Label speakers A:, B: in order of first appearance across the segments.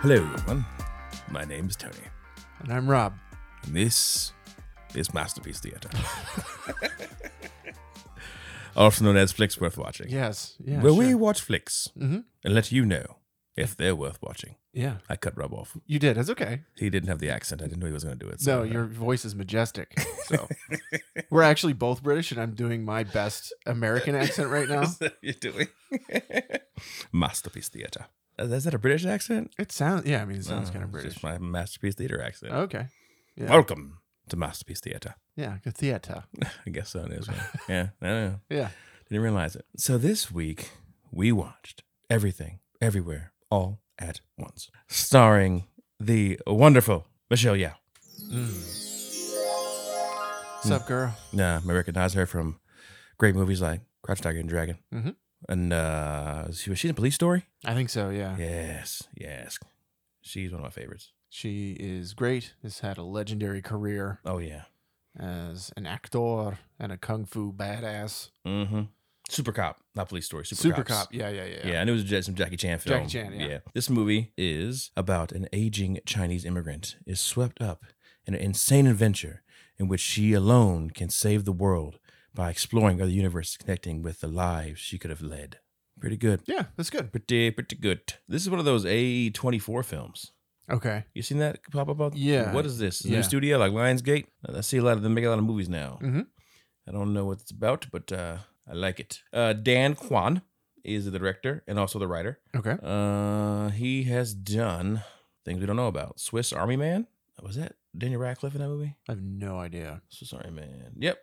A: Hello, everyone. My name is Tony,
B: And I'm Rob.
A: and this is Masterpiece Theater, also known as Flicks Worth Watching,
B: Yes. Yeah.
A: where we
B: sure.
A: watch flicks
B: Mhm.
A: and let you know if they're worth watching.
B: Yeah.
A: I cut Rob off.
B: You did. It's okay.
A: He didn't have the accent. I didn't know he was going to do it.
B: No,
A: uh,
B: your voice is majestic. So we're actually both British, and I'm doing my best American accent right now.
A: you're doing Masterpiece Theater. Uh, Is is that a British accent?
B: It sounds. Yeah. I mean, it sounds
A: No,
B: kind of
A: it's
B: British.
A: just my Masterpiece Theater accent.
B: Oh, Okay. Yeah.
A: Welcome to Masterpiece Theater.
B: Yeah. Good theater.
A: I guess so. It is. right? yeah. I don't know.
B: Yeah.
A: Didn't realize it. So this week we watched everything, everywhere, all at once, starring the wonderful Michelle Yao.
B: Mm. What's up, girl?
A: Nah, I recognize her from great movies like Crouch Tiger and Dragon.
B: Mhm.
A: And uh, she was she in a police story?
B: I think so. Yeah.
A: Yes, yes. She's one of my favorites.
B: She is great. Has had a legendary career
A: Oh yeah.
B: as an actor and a kung fu badass.
A: Mm-hmm. Super cop, not police story. Super,
B: Super
A: Cops.
B: cop. Yeah. Yeah. Yeah.
A: Yeah. I knew it was Ja- some Jackie Chan film.
B: Jackie Chan, yeah.
A: This movie is about an aging Chinese immigrant is swept up in an insane adventure in which she alone can save the world by exploring other universes, connecting with the lives she could have led. Pretty good.
B: Yeah. That's good.
A: Pretty, pretty good. This is one of those A24 films.
B: Okay.
A: You seen that pop up? out-
B: Yeah.
A: What is this?
B: Yeah.
A: New studio like Lionsgate? Uh, I see a lot of them make a lot of movies now.
B: Mhm.
A: I don't know what it's about, but uh, I like it. Uh, Dan Kwan is the director and also the writer.
B: Okay.
A: Uh, he has done things we don't know about. Swiss Army Man. Was that Daniel Radcliffe in that movie?
B: I have no idea.
A: Swiss Army Man. Yep,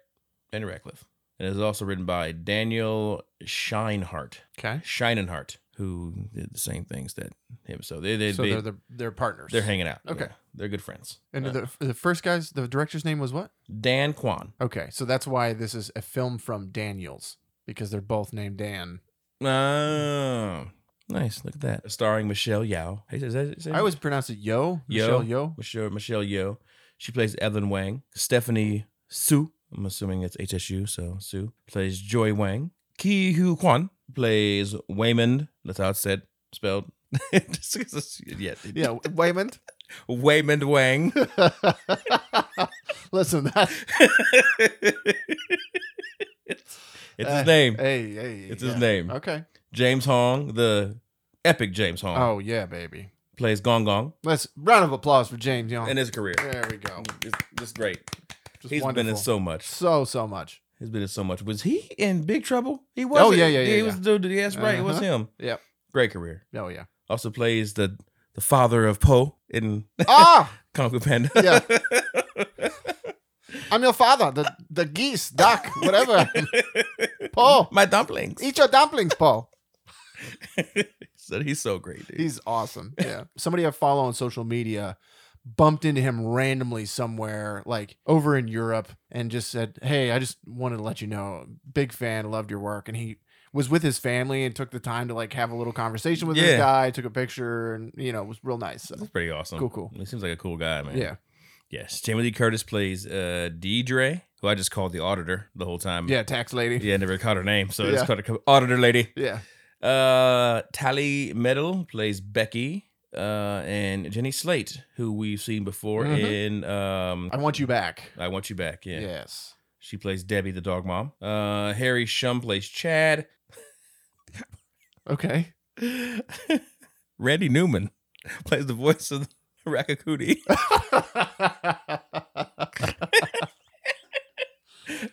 A: Daniel Radcliffe. And it's also written by Daniel Scheinhardt.
B: Okay.
A: Scheinenhardt, who did the same things that him. So they they,
B: so
A: they
B: they're the, they're partners.
A: they're hanging out.
B: Okay.
A: Yeah, they're good friends.
B: And
A: Uh,
B: the the first guy's the director's name was what?
A: Dan Kwan.
B: Okay, so that's why this is a film from Daniels because they're both named Dan.
A: Oh, nice. Look at that. Starring Michelle Yao. Hey, is that, is that-
B: I always pronounce it Yo.
A: Yo.
B: Michelle Yo.
A: Michelle Michelle Yeoh. She plays Evelyn Wang. Stephanie Su. I'm assuming it's HSU, so Su plays Joy Wang. Ki Hu Kwan plays Waymond. That's how it's said, spelled. Just 'cause it's- yeah.
B: Yeah, Waymond.
A: Waymond Wang.
B: Listen, that
A: it's it's his name.
B: Hey, hey,
A: It's his
B: Uh, yeah.
A: name.
B: Okay.
A: James Hong, the epic James Hong,
B: Oh yeah, baby.
A: plays Gong Gong
B: Let's round of applause for James Young.
A: in his career.
B: there we go.
A: It's just great.
B: Just
A: He's
B: wonderful.
A: been in so much.
B: so so much.
A: He's been in so much. Was he in Big Trouble? He was.
B: Oh, yeah, yeah,
A: He
B: yeah,
A: was the dude. That's right. It was
B: Uh-huh.
A: him.
B: Yep.
A: Great career.
B: Oh yeah.
A: Also plays the the father of Poe in
B: Ah,
A: Kung Fu Panda.
B: Yeah. I'm your father. The the geese, duck, whatever. Paul,
A: My dumplings.
B: eat your dumplings, Paul.
A: so he's so great, dude.
B: He's awesome. Yeah. Somebody I follow on social media bumped into him randomly somewhere, like over in Europe, and just said, Hey, I just wanted to let you know, big fan, loved your work. And he was with his family and took the time to like have a little conversation with
A: Yeah.
B: this guy, took a picture, and you know, it was real nice. So,
A: That's pretty awesome.
B: Cool, cool.
A: He seems like a cool guy, man.
B: yeah.
A: Yes. Jamie Lee Curtis plays uh Deidre, who I just called the auditor the whole time.
B: Yeah. Tax lady.
A: Yeah, I never caught her name, so it's
B: Yeah.
A: called a auditor lady.
B: Yeah.
A: Uh, Tally Metal plays Becky, uh, and Jenny Slate, who we've seen before
B: Mhm.
A: in um,
B: I want you back.
A: I Want You Back. Yeah.
B: Yes.
A: she plays Debbie the dog mom. Uh, Harry Shum plays Chad.
B: Okay.
A: Randy Newman plays the voice of Rakakudi.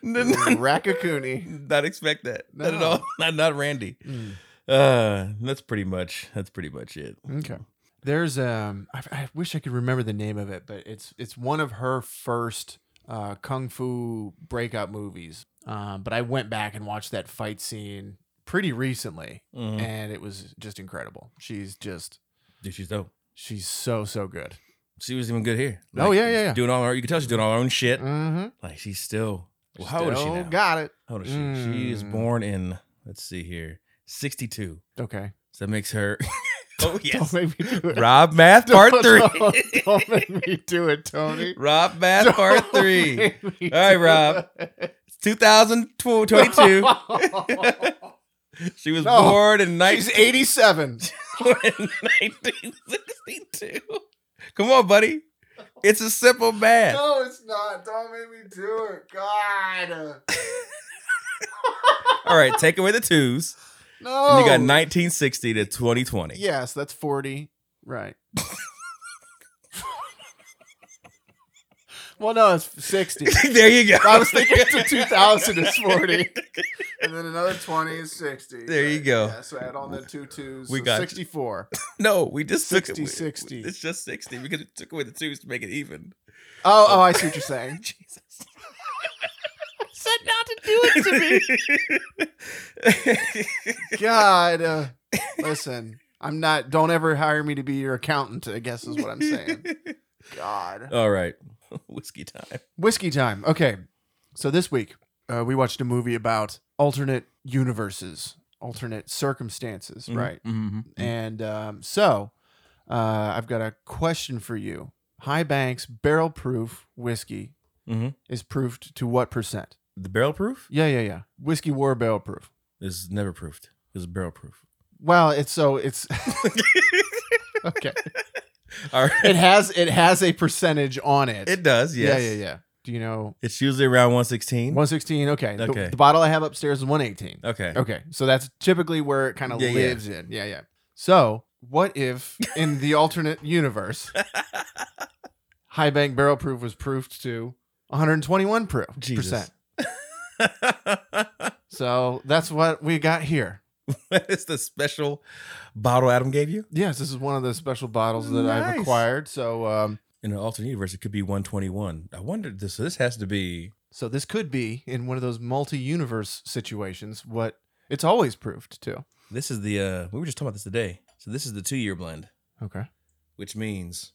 A: Not
B: Rakakuni.
A: expect that. Not at all. Not not Randy.
B: Mm.
A: Uh, that's pretty much that's pretty much it.
B: Okay. There's um, I, I wish I could remember the name of it, but it's it's one of her first uh, kung fu breakout movies. Um, but I went back and watched that fight scene pretty recently,
A: Mhm.
B: and it was just incredible. She's just
A: Dude, she's dope.
B: she's so so good.
A: She was even good here.
B: Oh, yeah, yeah, yeah.
A: Doing all her, you can tell she's doing all her own shit.
B: Mm-hmm.
A: Like she's still. Well, how old is she now?
B: Got it.
A: How old is she? She is
B: Mm.
A: born in. Let's see here, sixty-two.
B: Okay.
A: So that makes her. oh yes.
B: Don't make me do it.
A: Rob math part
B: Don't-
A: three.
B: Don't, don't make me do it, Tony.
A: Rob math
B: Don't
A: part three.
B: make me
A: All right,
B: do
A: Rob.
B: it.
A: Two thousand twenty-two. she was
B: No.
A: born in
B: She's 87.
A: nineteen sixty. me do. Come on, buddy. It's a simple math.
B: No, it's not. Don't make me do it. God.
A: All right, take away the twos.
B: No.
A: And you got 1960 to 2020.
B: Yes, that's 40. Right. well, no, it's 60.
A: there you go.
B: I was thinking to 2000 is 40. And then another 20 is 60.
A: There you
B: Right,
A: go.
B: Yeah, so add on the two twos.
A: We
B: so
A: got you.
B: 64.
A: No, we just took
B: 60,
A: away-
B: 60.
A: It's just 60 because it took away the twos to make it even.
B: Oh, oh, I see what you're saying.
A: Jesus.
B: said not to do God. Uh, listen, I'm not, don't ever hire me to be your accountant, I guess is what I'm saying. God.
A: All right. Whiskey time.
B: Whiskey time. Okay. So this week, uh, we watched a movie about alternate universes, alternate circumstances, right?
A: Mm-hmm.
B: And um, so uh, I've got a question for you. High Banks barrel proof whiskey
A: hmm
B: is proofed to what percent?
A: The barrel proof
B: Yeah, yeah, yeah. Whiskey war barrel proof.
A: is never proofed. It's barrel proof.
B: Well, it's so it's okay.
A: All
B: It
A: right.
B: has it has a percentage on it.
A: It does, yes.
B: Yeah, yeah, yeah. Do you know
A: It's usually around 116.
B: 116? Okay. The-
A: Okay.
B: the bottle I have upstairs is 118.
A: Okay.
B: Okay, so that's typically where it kind of
A: Yeah, yeah.
B: lives in. Yeah, yeah. So, what if in the alternate universe, high bank barrel proof was proofed to 121 proof
A: Jesus.
B: percent? So that's what we got here.
A: it's the special bottle Adam gave you.
B: Yes, this is one of the special bottles that I've
A: Nice.
B: acquired. So, um,
A: In an alternate universe, it could be 121. I wonder this. So this has to be.
B: so this could be in one of those multi-universe situations. What it's always proofed to.
A: This is the. uh We were just talking about this today. So this is the two-year blend,
B: Okay.
A: which means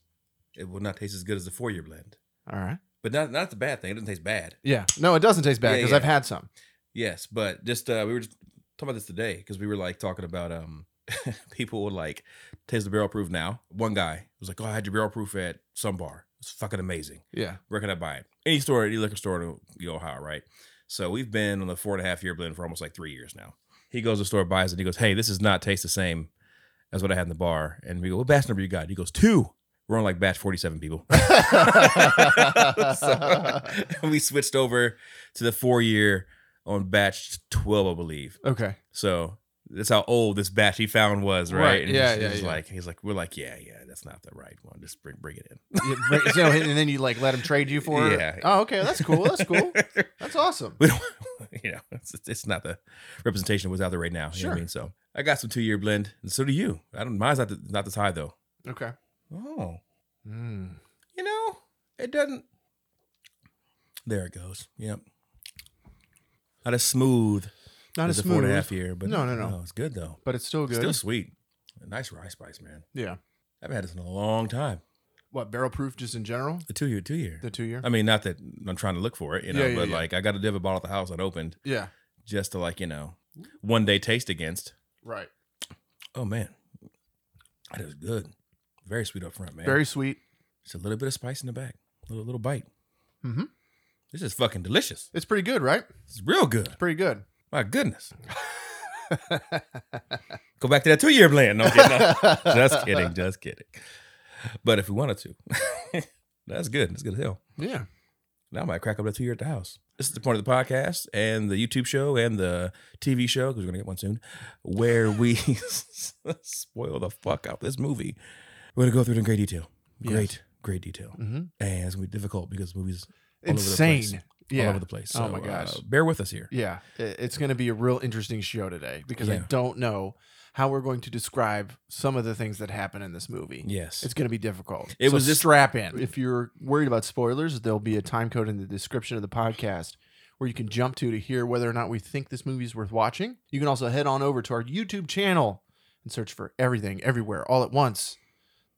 A: it will not taste as good as the four-year blend.
B: All right.
A: But not not the bad thing. It doesn't taste bad.
B: Yeah. No, it doesn't taste bad
A: Yeah,
B: because
A: yeah.
B: I've had some.
A: Yes, but just uh we were just talking about this today because we were like talking about um people would like taste the barrel proof now. One guy was like, "Oh, I had your barrel proof at some bar. It's fucking amazing."
B: Yeah.
A: where can I buy it? Any store, any liquor store in you know, Ohio, right? So we've been on the four and a half year blend for almost like three years now. He goes to the store, buys it, and he goes, Hey, this does not taste the same as what I had in the bar. And we go, What batch number you got? He goes, Two. We're on like batch 47 people. so, we switched over to the four year on batch 12, I believe.
B: okay.
A: So that's how old this batch he found was, right?
B: Right.
A: And
B: Yeah,
A: he's,
B: yeah,
A: he's
B: yeah.
A: like, he's like, we're like, yeah, yeah, that's not the right one. Just bring bring it in.
B: Yeah, but- so, and then you like let them trade you for it.
A: Yeah.
B: Oh, okay, that's cool. That's cool. That's awesome.
A: we don't, you know, it's, it's not the representation of what's out there right now. You know what I mean? So I got some two year blend, and so do you. I don't. Mine's not the, not this high though.
B: Okay.
A: Oh,
B: Mm.
A: you know, it doesn't. There it goes. Yep. Not as smooth.
B: Not
A: as
B: as
A: a four and a half
B: smooth,
A: year, but Oh,
B: No, no, no.
A: it's good though.
B: but it's still
A: It's
B: good.
A: Still sweet. A nice rye spice, man.
B: yeah.
A: I haven't had this in a long time.
B: What barrel proof just in general?
A: The two year, two year.
B: The two year.
A: I mean, not that I'm trying to look for it, you know,
B: Yeah, yeah,
A: but
B: yeah.
A: like I got a devil bottle at the house that opened
B: yeah.
A: just to like you know one day taste against.
B: Right.
A: Oh man, that is good. Very sweet up front, man.
B: Very sweet.
A: Just a little bit of spice in the back, a little, little bite.
B: Mhm.
A: This is fucking delicious.
B: It's pretty good, right?
A: It's real good.
B: Pretty good.
A: My goodness. Go back to that two year blend. No, I'm kidding. No. just kidding. Just kidding. But if we wanted to, that's good. That's good as hell.
B: Yeah.
A: Now I might crack up that two year at the house. This is the point of the podcast and the YouTube show and the TV show because we're gonna get one soon, where we spoil the fuck out this movie. We're gonna go through it in great detail.
B: Yes.
A: Great, great detail.
B: Mm-hmm.
A: and it's gonna be difficult because the movies All over the place.
B: Insane. Yeah.
A: all over the place. uh,
B: Oh my gosh.
A: bear with us here.
B: yeah. I- It's going to be a real interesting show today because I
A: Yeah.
B: don't know how we're going to describe some of the things that happen in this movie.
A: Yes,
B: It's going to be difficult.
A: It
B: So
A: was just-
B: strap in. If you're worried about spoilers, there'll be a time code in the description of the podcast where you can jump to to hear whether or not we think this movie's worth watching. You can also head on over to our YouTube channel and search for everything everywhere all at once.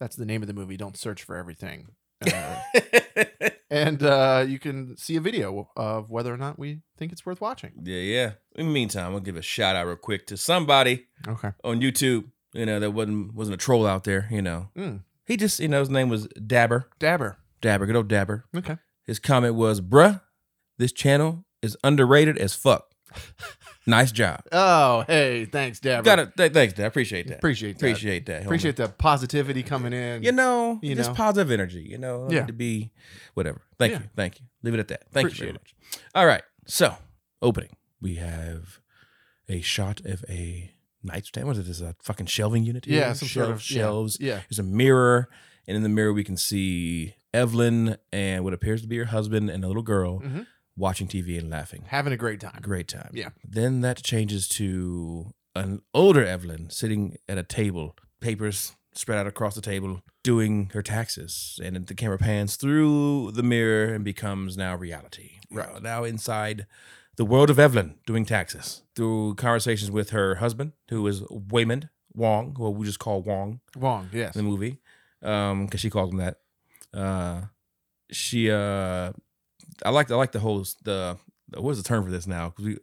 B: That's the name of the movie. Don't search for everything. Uh,
A: yeah,
B: and uh, you can see a video of whether or not we think it's worth watching.
A: yeah. In the meantime, I'll give a shout out real quick to somebody
B: Okay.
A: on YouTube. You know that wasn't wasn't a troll out there. You know,
B: Mm.
A: he just you know his name was Dabber,
B: Dabber.
A: Dabber, good old Dabber.
B: Okay.
A: His comment was, "Bruh, this channel is underrated as fuck." Nice job.
B: Oh, hey, thanks, Debra.
A: Got it. Th- thanks, Dad. Appreciate that.
B: Appreciate that.
A: Appreciate that. homie.
B: Appreciate the positivity coming in.
A: You know,
B: You
A: just
B: know.
A: positive energy. You know, don't
B: Yeah.
A: need to be whatever. Thank
B: Yeah.
A: you. Thank you. Leave it at that. Thank you very
B: Appreciate
A: much. All right. So opening, we have a shot of a nightstand. What is this? A fucking shelving unit? here?
B: yeah, some sort
A: Shelf-
B: of yeah,
A: shelves.
B: Yeah,
A: There's a mirror, and in the mirror we can see Evelyn and what appears to be her husband and a little girl
B: Mhm.
A: watching TV and laughing.
B: having a great time.
A: Great time.
B: Yeah.
A: Then that changes to an older Evelyn sitting at a table, papers spread out across the table, doing her taxes. And the camera pans through the mirror and becomes now reality.
B: Right.
A: Now- Now inside the world of Evelyn doing taxes through conversations with her husband, who is Waymond Wong, who we just call Wong
B: Wong, yes.
A: in the movie, um, because she called him that. Uh, she, uh, I like, I like the whole the what is the term for this now? 'Cause we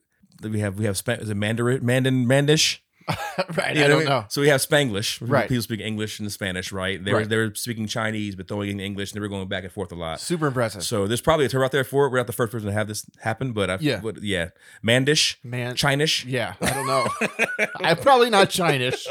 A: we have we have Spa- is it Mandarin Mandan Mandish?
B: right,
A: You know what
B: I don't
A: mean?
B: know.
A: So we have Spanglish.
B: Right.
A: People speak English and Spanish, right? They were
B: Right.
A: they were speaking Chinese but throwing in English, and they were going back and forth a lot.
B: Super impressive,
A: So there's probably a term out there for it. We're not the first person to have this happen, but I,
B: Yeah.
A: what, yeah, Mandish,
B: man.
A: Chinish.
B: yeah, I don't know. I'm probably not Chinese.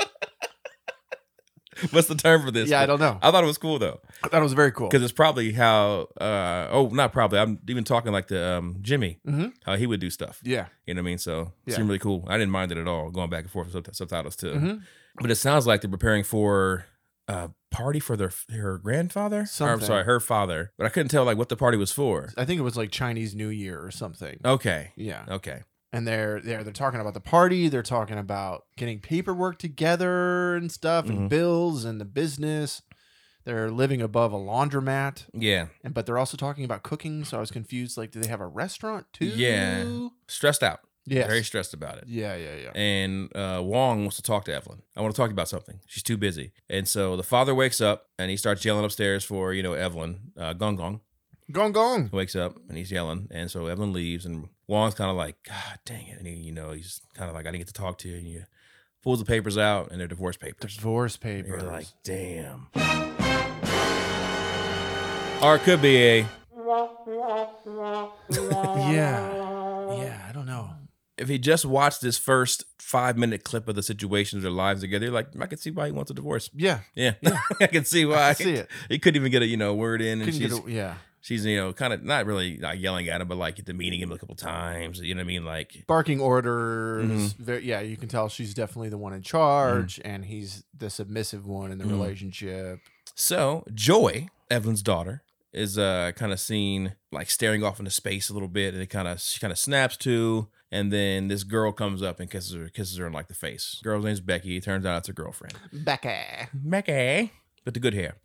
A: What's the term for this?
B: yeah, I
A: But
B: don't know.
A: I thought it was cool though.
B: I thought it was very cool.
A: because it's probably how uh oh not probably i'm even talking like the um jimmy
B: Mhm.
A: how he would do stuff
B: Yeah.
A: you know what i mean so it
B: Yeah.
A: seemed really cool i didn't mind it at all going back and forth with subti- subtitles too
B: Mhm.
A: but it sounds like they're preparing for a party for their her grandfather Or, i'm
B: Something.
A: sorry her father but i couldn't tell like what the party was for
B: I think it was like Chinese New Year or something.
A: okay
B: Yeah.
A: okay
B: And they're they're they're talking about the party, they're talking about getting paperwork together and stuff and
A: Mhm.
B: bills and the business. They're living above a laundromat.
A: yeah
B: And but they're also talking about cooking, so I was confused like do they have a restaurant too?
A: Yeah. stressed out
B: Yes.
A: very stressed about it
B: yeah, yeah, yeah.
A: and uh, Wong wants to talk to Evelyn. I want to talk about something. She's too busy. And so the father wakes up and he starts yelling upstairs for, you know, Evelyn, uh, Gong Gong.
B: Gong gong.
A: wakes up and he's yelling. And so Evelyn leaves, and Wong's kind of like, God dang it. And he, you know, he's kind of like, I didn't get to talk to you. And he pulls the papers out, and they're divorce papers.
B: Divorce
A: And You're
B: papers.
A: like, damn. Or it could be a,
B: yeah. Yeah, I don't know.
A: if he just watched this first five minute clip of the situation of their lives together, you're like, I can see why he wants a divorce.
B: Yeah.
A: Yeah. I can see why.
B: I see it.
A: He couldn't even get a, you know, word in. And
B: Couldn't get
A: she's,
B: a- yeah.
A: she's, you know, kind of not really like yelling at him, but like demeaning him a couple times. You know what I mean? Like,
B: barking orders.
A: Mm-hmm.
B: Ve- yeah, you can tell she's definitely the one in charge, and he's the submissive one in the
A: Mhm.
B: relationship.
A: So Joy, Evelyn's daughter, is uh kind of seen like staring off into space a little bit, and it kind of she kind of snaps to, and then this girl comes up and kisses her, kisses her in like the face. Girl's name's Becky. Turns out it's her girlfriend,
B: Becca.
A: Becky, with the good hair.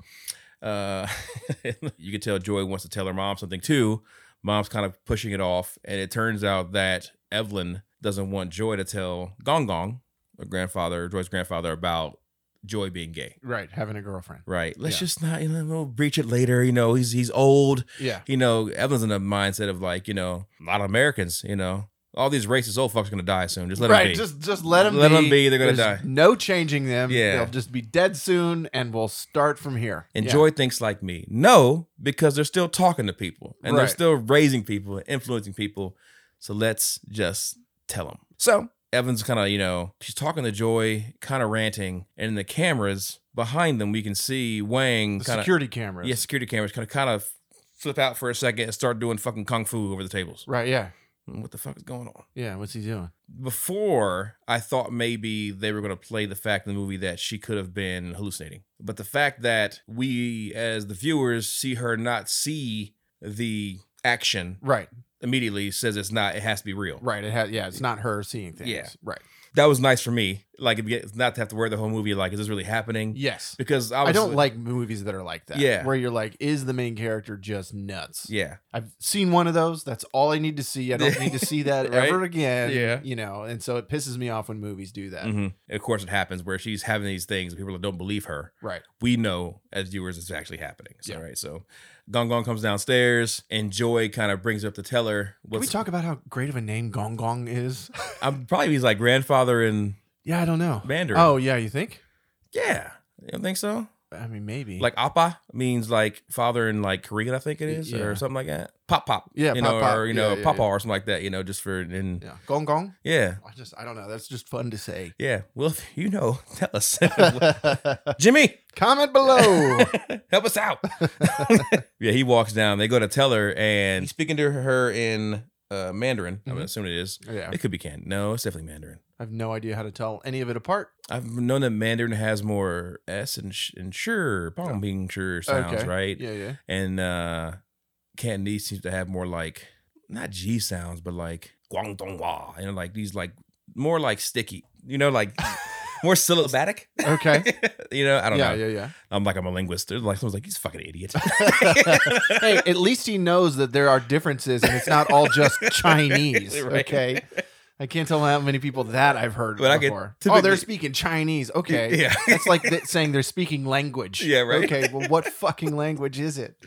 A: Uh, you can tell Joy wants to tell her mom something too. Mom's kind of pushing it off, and it turns out that Evelyn doesn't want Joy to tell Gong Gong, her grandfather, Joy's grandfather, about Joy being gay.
B: Right, having a girlfriend.
A: Right. Let's
B: Yeah.
A: just not, you know, we'll breach it later. You know, he's he's old.
B: Yeah.
A: You know, Evelyn's in a mindset of like, you know, a lot of Americans, you know, all these racist old fucks are gonna die soon. Just let
B: right,
A: them be.
B: just just let them
A: Let
B: be.
A: 'em be, they're gonna
B: There's
A: die.
B: No changing them.
A: Yeah.
B: they'll just be dead soon, and we'll start from here.
A: and
B: Yeah.
A: Joy thinks like me. No, because they're still talking to people and they're
B: Right.
A: still raising people and influencing people. So let's just tell them. So Evan's kind of, you know, she's talking to Joy, kind of ranting, and in the cameras behind them, we can see Wang
B: The
A: kind of
B: security cameras.
A: yeah, security cameras kind of kind of flip out for a second and start doing fucking kung fu over the tables.
B: Right. Yeah.
A: What the fuck is going on?
B: Yeah. What's he doing?
A: Before I thought maybe they were going to play the fact in the movie that she could have been hallucinating, but the fact that we as the viewers see her not see the action
B: Right.
A: immediately says it's not. It has to be real.
B: Right. It has. Yeah. It's not her seeing things.
A: Yeah.
B: Right.
A: That was nice for me. Like it get- not to have to worry the whole movie. Like is this really happening?
B: Yes.
A: Because I,
B: I
A: was,
B: don't like movies that are like that.
A: Yeah.
B: Where you're like, is the main character just nuts?
A: Yeah.
B: I've seen one of those. That's all I need to see. I don't need to see that
A: Right?
B: ever again.
A: Yeah.
B: You know, and so it pisses me off when movies do that.
A: Mhm. Of course, it happens where she's having these things. People don't believe her.
B: Right.
A: we know as viewers it's actually happening. So,
B: Yeah.
A: right. So Gong Gong comes downstairs and Joy kind of brings up the teller.
B: Can we
A: What's
B: talk about how great of a name Gong Gong is?
A: I'm probably he's like grandfather in
B: yeah, I don't know.
A: Mandarin.
B: Oh, yeah, you think?
A: yeah. You don't think so?
B: I mean, maybe
A: Like Appa means like father in like Korean, I think it
B: Y-
A: is,
B: yeah.
A: or something like that. Pop pop.
B: Yeah,
A: you
B: pop,
A: know,
B: pop.
A: or you
B: Yeah,
A: know,
B: yeah,
A: papa
B: yeah.
A: or something like that, you know, just for and
B: yeah, gong gong.
A: yeah.
B: I just I don't know. That's just fun to say.
A: Yeah. Well, if you know, tell us. Jimmy,
B: Comment below.
A: help us out. yeah, he walks down. They go to tell her, and he's speaking to her in uh, Mandarin. I'm
B: Mhm.
A: assuming it is.
B: yeah,
A: It could be Canton. No, it's definitely Mandarin.
B: I have no idea how to tell any of it apart.
A: I've known that Mandarin has more S and, sh- and sure,
B: Oh.
A: pong being sure sounds,
B: okay.
A: right?
B: Yeah, yeah.
A: And uh, Cantonese seems to have more like, not G sounds, but like Guangdonghua. And like these, like, more like sticky, you know, like more syllabatic.
B: Okay.
A: you know, I don't
B: yeah,
A: know.
B: yeah, yeah.
A: I'm like, I'm a linguist. There's like someone's like, he's a fucking idiot.
B: hey, at least he knows that there are differences and it's not all just Chinese.
A: Right.
B: Okay. I can't tell how many people that I've heard
A: But I could
B: before. oh,
A: typically-
B: they're speaking Chinese. Okay.
A: Yeah.
B: That's like th- saying they're speaking language.
A: Yeah, right.
B: Okay, well, what fucking language is it?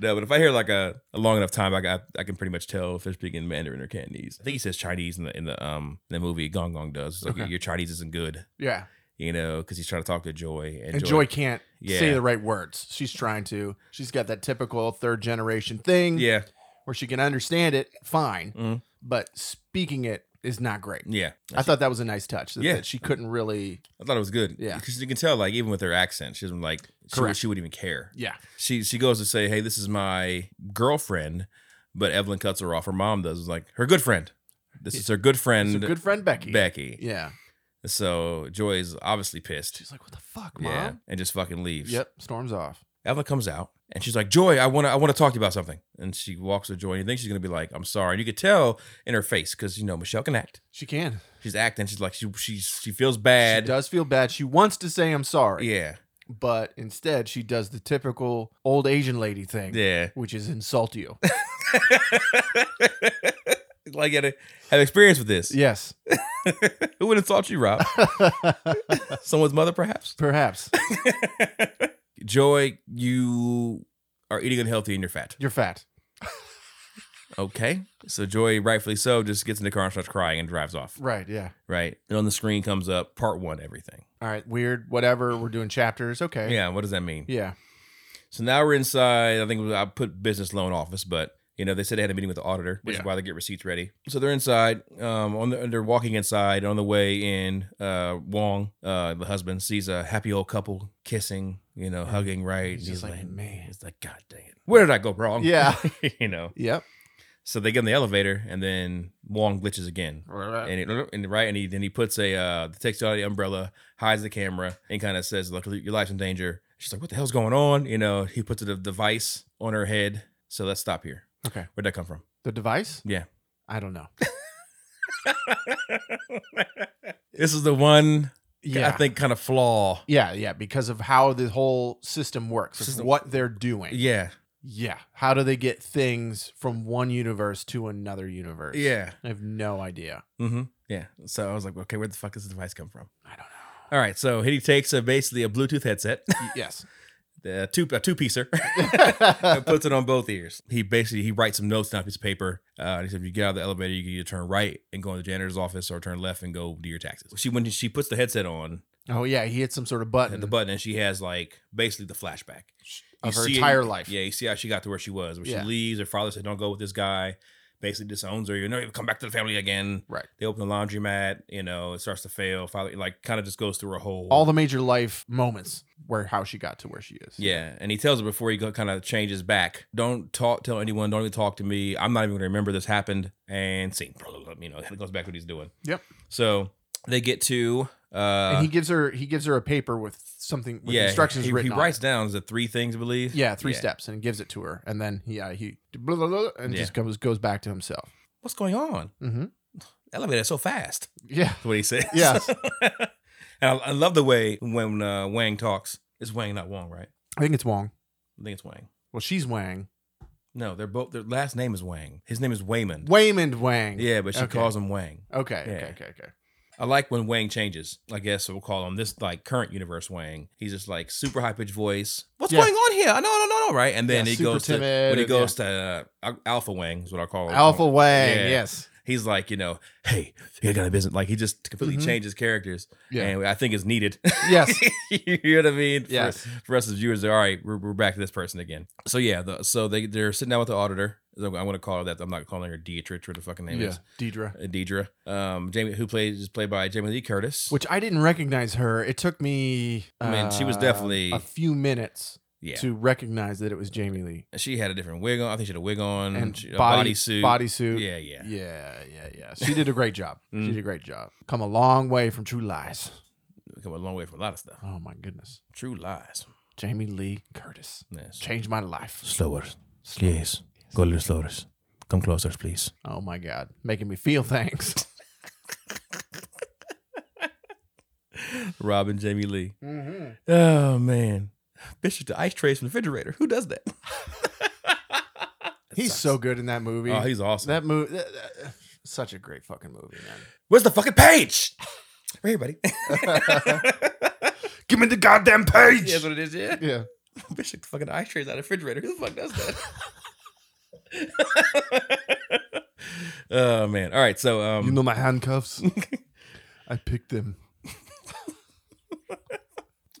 A: no, but if I hear like a, a long enough time, I got I can pretty much tell if they're speaking Mandarin or Cantonese. I think he says Chinese in the in the um in the movie Gong Gong does. It's like
B: Okay.
A: your Chinese isn't good,
B: Yeah.
A: you know, because he's trying to talk to Joy and,
B: And Joy
A: Joy.
B: can't
A: Yeah.
B: say the right words. She's trying to. She's got that typical third generation thing
A: Yeah,
B: where she can understand it fine,
A: Mhm.
B: but speaking it is not great.
A: yeah.
B: I thought that was a nice touch. That,
A: Yeah.
B: that she couldn't really.
A: I thought it was good.
B: Yeah.
A: because you can tell like even with her accent, she doesn't like she,
B: Correct.
A: would- she wouldn't even care.
B: Yeah.
A: She she goes to say, hey, this is my girlfriend, but Evelyn cuts her off. Her mom does It's like her good friend. This is her good
B: It's
A: friend,
B: a good friend, Becky.
A: Becky.
B: Yeah.
A: So Joy is obviously pissed.
B: She's like, what the fuck, mom?
A: Yeah, and just fucking leaves.
B: Yep. Storms off.
A: Evelyn comes out and she's like, "Joy, I want to, I want to talk to you about something." And she walks with Joy, and you think she's gonna be like, "I'm sorry." And you could tell in her face because you know Michelle can act.
B: She can.
A: She's acting. She's like, she she she feels
B: She
A: bad.
B: does feel bad. She wants to say I'm sorry.
A: Yeah,
B: But instead, she does the typical old Asian lady thing,
A: yeah.
B: which is insult you.
A: like, had, a, had experience with this.
B: yes.
A: Who would have thought you, Rob? Someone's mother, perhaps.
B: Perhaps.
A: Joy, you are eating unhealthy and you're fat.
B: You're fat.
A: Okay. So Joy, rightfully so, just gets in the car and starts crying and drives off.
B: Right. Yeah.
A: Right. And on the screen comes up part one, everything.
B: All right. Weird. Whatever. We're doing chapters. Okay.
A: Yeah, what does that mean?
B: Yeah.
A: So now we're inside. I think it was- I put business loan office, but you know they said they had a meeting with the auditor, which
B: Yeah.
A: is why they get receipts ready. So they're inside. Um, on the, they're walking inside. On the way in, uh, Wong, uh, the husband sees a happy old couple kissing, you know, hugging, right?
B: He's
A: And
B: just like, man.
A: he's like, God dang it, where did I go wrong?
B: Yeah.
A: you know.
B: Yep.
A: So they get in the elevator, and then Wong glitches again and it, and right and he then he puts a uh takes out the umbrella hides the camera and kind of says look your life's in danger she's like what the hell's going on you know he puts a device on her head so let's stop here
B: Okay.
A: where'd that come from
B: The device?
A: Yeah.
B: I don't know.
A: this is the one
B: Yeah.
A: i think kind of flaw
B: yeah. Yeah. Because of how the whole system works, of
A: System-
B: what they're doing.
A: yeah
B: Yeah. How do they get things from one universe to another universe?
A: yeah
B: I have no idea.
A: mm-hmm yeah so i was like okay where the fuck does this device come from
B: I don't know.
A: all right so he takes a basically a bluetooth headset
B: Y- yes.
A: a two a two-piecer and
B: yeah.
A: puts it on both ears. He basically he writes some notes down on a piece of paper. Uh, and he said, if you get out of the elevator, you can either turn right and go in the janitor's office, or turn left and go do your taxes. She when she puts the headset on,
B: Oh yeah, he hit some sort of
A: at
B: button
A: the button, and she has like basically the flashback You
B: Mm-hmm. of her
A: see-
B: entire life.
A: Yeah, you see how she got to where she was. When
B: Yeah.
A: she leaves, her father said, "Don't go with this guy." Basically disowns her. You know, come back to the family again.
B: Right.
A: They open the laundromat. You know, it starts to fail. Finally, like kind of just goes through a whole
B: All the major life moments where how she got to where she is.
A: Yeah, and he tells her before he go, kind of changes back. Don't talk, tell anyone. Don't even talk to me. I'm not even going to remember this happened. And scene, you know, it goes back to what he's doing.
B: Yep.
A: So they get to. Uh,
B: and he gives her he gives her a paper with something with
A: yeah,
B: instructions
A: he, He
B: written. on
A: writes
B: it.
A: down is the three things, I believe.
B: Yeah, three
A: Yeah.
B: steps and gives it to her, and then yeah he blah, blah, blah, and
A: Yeah.
B: just comes goes back to himself.
A: What's going on?
B: hmm
A: Elevator so fast.
B: Yeah,
A: That's what he says.
B: Yes.
A: and I, I love the way when uh, Wang talks. It's Wang, not Wong, right?
B: I think it's Wong.
A: I think it's Wang.
B: Well, she's Wang,
A: No, they're both. Their last name is Wang. His name is Wayman.
B: Waymond Wang.
A: Yeah, but she
B: Okay.
A: calls him Wang.
B: Okay.
A: Yeah.
B: Okay. Okay. Okay.
A: I like when Wang changes. I guess we'll call him this like current universe Wang. He's just like super high pitched voice. What's
B: Yeah.
A: going on here? No, no, no, no. Right, and then
B: Yeah,
A: he
B: super
A: goes
B: timid
A: to when he
B: and-
A: goes to uh, Al- Alpha Wang is what I call him.
B: Alpha Wang.
A: Yeah.
B: Yes.
A: he's like, you know, hey, you got a business. Like he just completely
B: Mhm.
A: changes characters,
B: Yeah.
A: and I think is needed.
B: Yes.
A: you know what I mean? For-
B: yes.
A: for us as viewers, they're, all right, we're, we're back to this person again. So yeah, the, so they they're sitting down with the auditor. I want to call her that. I'm not calling her Dietrich or the fucking name
B: Yeah.
A: is
B: Deidre.
A: uh, Deidre. Um, Jamie, who plays is played by Jamie Lee Curtis.
B: Which I didn't recognize her. It took me.
A: I mean, she was
B: uh,
A: definitely-
B: a few minutes
A: yeah,
B: to recognize that it was Jamie Lee
A: she had a different wig on. I think she had a wig on
B: and
A: she,
B: body
A: a bodysuit.
B: bodysuit.
A: Yeah, yeah,
B: yeah, yeah, yeah. She did a great job.
A: Mm.
B: She did a great job. Come a long way from True Lies.
A: We come a long way from a lot of stuff.
B: Oh my goodness,
A: True lies.
B: Jamie Lee Curtis
A: Yes.
B: changed my life.
A: Slower. Yes. Go a little slower. Come closer, please.
B: Oh my God, making me feel things.
A: Robin Jamie Lee. Oh man. Bitch took the ice trays from the refrigerator. Who does that?
B: He's so good in that movie.
A: Oh, he's awesome.
B: that movie, such a great fucking movie, man.
A: Where's the fucking page? Right here, buddy.
B: Give me the goddamn page.
A: That's what it is, yeah.
B: yeah.
A: Bitch took the fucking ice trays out of the refrigerator. Who the fuck does that? oh man. All right, so um
B: You know my handcuffs? I picked them.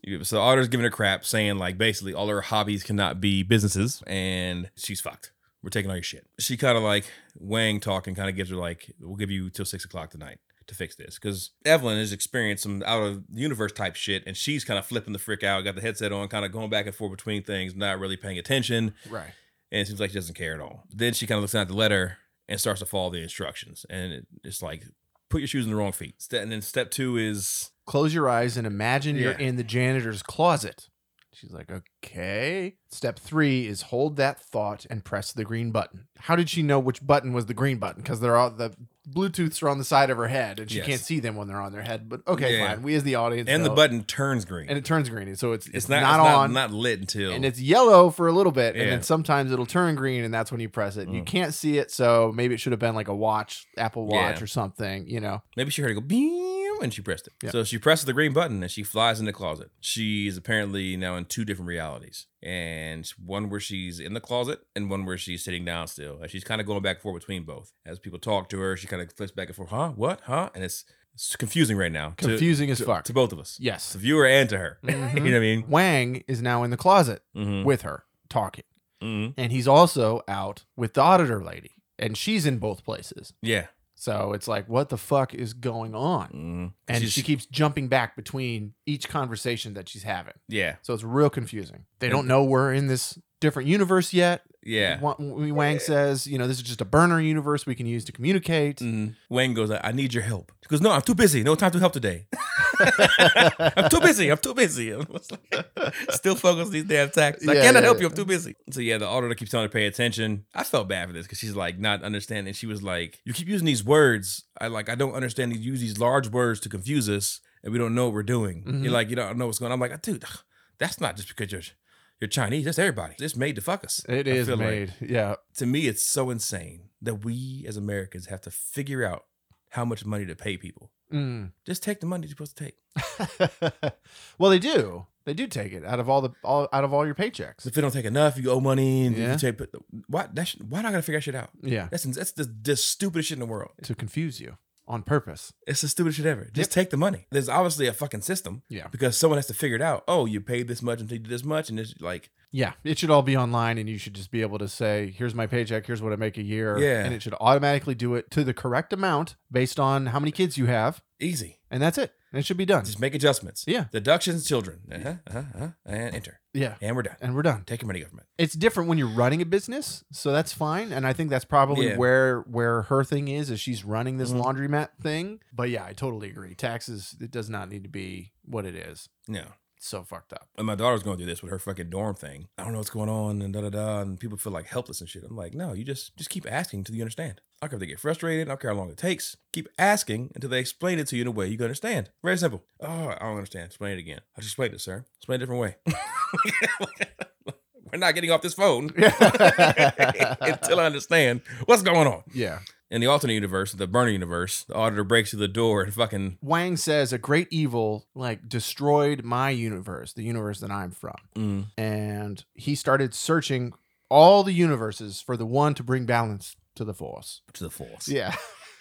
A: You- So the auditor's giving her crap, saying like basically all her hobbies cannot be businesses, and she's fucked. We're taking all your shit. She kind of like Wang talking, kind of gives her like, "We'll give you till six o'clock tonight to fix this," because Evelyn has experienced some out of the universe type shit, and she's kind of flipping the frick out, got the headset on, kind of going back and forth between things, not really paying attention,
B: Right.
A: and it seems like she doesn't care at all. Then she kind of looks at the letter and starts to follow the instructions, and it, it's like, "Put your shoes in the wrong feet." Ste- And then step two is
B: Close your eyes and imagine you're
A: Yeah.
B: in the janitor's closet. She's like, okay. Step three is hold that thought and press the green button. How did she know which button was the green button? Because they're all the Bluetooths are on the side of her head, and she
A: Yes.
B: can't see them when they're on their head. But okay,
A: Yeah.
B: fine. We as the audience
A: and the
B: know.
A: button turns green.
B: and it turns green, so it's
A: It's not, it's not
B: on.
A: not lit until
B: and it's yellow for a little bit,
A: Yeah.
B: and then sometimes it'll turn green, and that's when you press it. You
A: Mm.
B: can't see it, so maybe it should have been like a watch, Apple Watch,
A: Yeah.
B: or something. You know,
A: maybe she heard it go beam and she pressed it.
B: Yeah.
A: So she presses the green button and she flies in the closet. She's apparently now in two different realities, and one where she's in the closet and one where she's sitting down still. And she's kind of going back and forth between both. As people talk to her, she kind of flips back and forth. Huh? What? Huh? And it's, it's confusing right now. to-
B: confusing as
A: to,
B: fuck.
A: to both of us,
B: yes,
A: the viewer and to her. you know
B: Mhm.
A: what I mean?
B: Wang is now in the closet
A: Mm-hmm.
B: with her talking,
A: hmm
B: and he's also out with the auditor lady, and she's in both places.
A: Yeah.
B: So it's like, what the fuck is going on?
A: hmm
B: And she keeps jumping back between each conversation that she's having.
A: yeah,
B: So it's real confusing. They don't know we're in this different universe yet.
A: yeah.
B: Wa- Wang says, you know, this is just a burner universe we can use to communicate.
A: Mm. Wang goes, I I need your help. She goes, No, I'm too busy. No time to help today. I'm too busy. I'm too busy. I'm just like- still focused on these damn taxes. I
B: Yeah,
A: cannot
B: yeah,
A: help
B: yeah.
A: you. I'm too busy. So yeah, the auditor keeps telling her to pay attention. I felt bad for this because she's like not understanding. She was like, You keep using these words. I like I don't understand you use these large words to confuse us and we don't know what we're doing.
B: Mhm.
A: You're like, you don't know what's going on. I'm like, dude, that's not just because you're you're Chinese. That's everybody. It's made to fuck us.
B: It
A: I
B: is
A: feel like-
B: made. yeah.
A: to me, it's so insane that we as Americans have to figure out how much money to pay people.
B: Mm.
A: Just take the money you're supposed to take.
B: well, they do. They do take it out of all the all out of all your paychecks.
A: 'Cause if they don't take enough, you owe money. And
B: Yeah.
A: you take, but why? That sh- why do I gotta figure that shit out?
B: Yeah.
A: That's that's the, the stupidest shit in the world.
B: To confuse you on purpose.
A: It's the stupidest shit ever. Just take the money. There's obviously a fucking system.
B: Yeah.
A: Because someone has to figure it out. Oh, you paid this much until you did this much, and it's like,
B: Yeah. It should all be online and you should just be able to say, here's my paycheck, here's what I make a year.
A: Yeah.
B: And it should automatically do it to the correct amount based on how many kids you have.
A: easy.
B: And that's it. And it should be done.
A: Just make adjustments.
B: Yeah.
A: Deductions, children. Uh-huh, uh-huh, uh-huh, and enter.
B: Yeah.
A: And we're done.
B: And we're done.
A: Take your money, government.
B: it's different when you're running a business, so that's fine. And I think that's probably
A: Yeah.
B: where where her thing is, is she's running this
A: Mhm.
B: laundromat thing. But yeah, I totally agree. Taxes, it does not need to be what it is.
A: No.
B: It's so fucked up.
A: and my daughter's going through this with her fucking dorm thing. I don't know what's going on and da da da. And people feel like helpless and shit. I'm like, no, you just just keep asking until you understand. I don't care if they get frustrated. I don't care how long it takes. Keep asking until they explain it to you in a way you can understand. Very simple. Oh, I don't understand. Explain it again. I just explained it, sir. Explain it a different way. We're not getting off this phone until I understand what's going on.
B: Yeah.
A: In the alternate universe, the burner universe, the auditor breaks through the door and fucking
B: Wang says a great evil like destroyed my universe, the universe that I'm from.
A: mm,
B: And he started searching all the universes for the one to bring balance to the force.
A: to the force.
B: Yeah.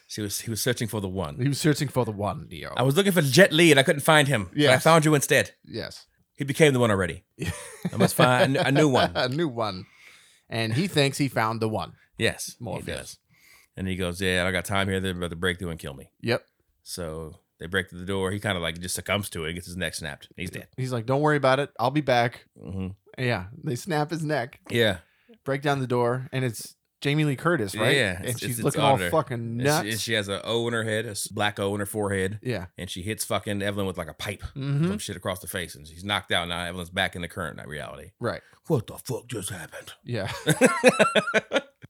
A: She was he was searching for the one.
B: He was searching for the one, Neo.
A: I was looking for Jet Li and I couldn't find him. Yeah, I
B: Yes.
A: found you instead.
B: yes.
A: He became the one already. I must find a new one.
B: a new one. And he thinks he found the one.
A: Yes,
B: Morpheus.
A: he does. And he goes, "Yeah, I got time here. They're about to break through and kill me."
B: Yep.
A: So they break through the door. He kind of like just succumbs to it and gets his neck snapped. He's dead.
B: He's like, don't worry about it. I'll be back.
A: hmm
B: Yeah. They snap his neck,
A: Yeah,
B: break down the door, and it's Jamie Lee Curtis, right?
A: Yeah,
B: And
A: it's-
B: she's
A: it's- it's
B: looking all
A: Auditor.
B: fucking
A: and she,
B: nuts.
A: and she has a O in her head, a s- black O in her forehead,
B: yeah.
A: and she hits fucking Evelyn with like a pipe,
B: hmm
A: some shit across the face, and she's knocked out. Now Evelyn's back in the current uh, reality.
B: Right.
A: What the fuck just happened?
B: Yeah.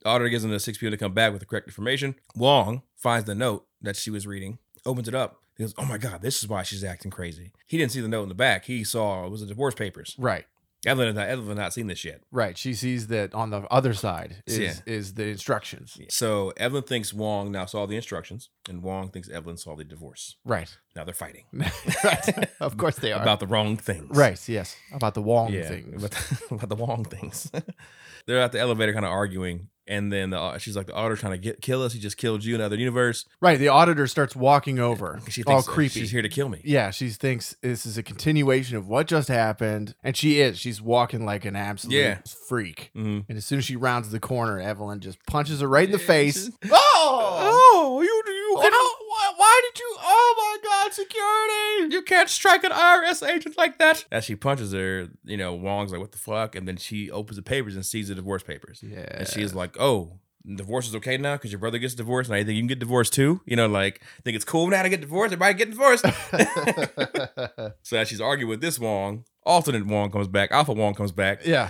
A: Auditor gives him the six people to come back with the correct information. Wong finds the note that she was reading, opens it up. He goes, "Oh my god, this is why she's acting crazy." He didn't see the note in the back. He saw it was the divorce papers.
B: Right.
A: Evelyn had not, Evelyn had not seen this yet.
B: Right. She sees that on the other side is,
A: Yeah.
B: is the instructions.
A: So Evelyn thinks Wong now saw the instructions, and Wong thinks Evelyn saw the divorce.
B: Right.
A: Now they're fighting
B: right. Of course they are.
A: about the wrong things.
B: right. Yes. About the Wong
A: yeah,
B: thing.
A: About, the, about the Wong things. They're at the elevator, kind of arguing, and then the, she's like, "The auditor trying to get, kill us. He just killed you in another universe."
B: Right. The auditor starts walking over.
A: She
B: all
A: thinks uh,
B: creepy.
A: She's here to kill me.
B: Yeah, she thinks this is a continuation of what just happened, and she is. She's walking like an absolute
A: Yeah.
B: freak.
A: Mhm.
B: And as soon as she rounds the corner, Evelyn just punches her right in the
A: Yeah,
B: face.
A: she's-
B: Oh!
A: Oh, you you
B: why, why did you? Oh my God, security!
A: you can't strike an IRS agent like that. As she punches her, you know, Wong's like, "What the fuck?" And then she opens the papers and sees the divorce papers,
B: Yeah,
A: and she's like, "Oh." Divorce is okay now because your brother gets divorced, and I think you can get divorced too. You know, like think it's cool now to get divorced. Everybody get divorced. so as she's arguing with this Wong, alternate Wong comes back. Alpha Wong comes back.
B: yeah.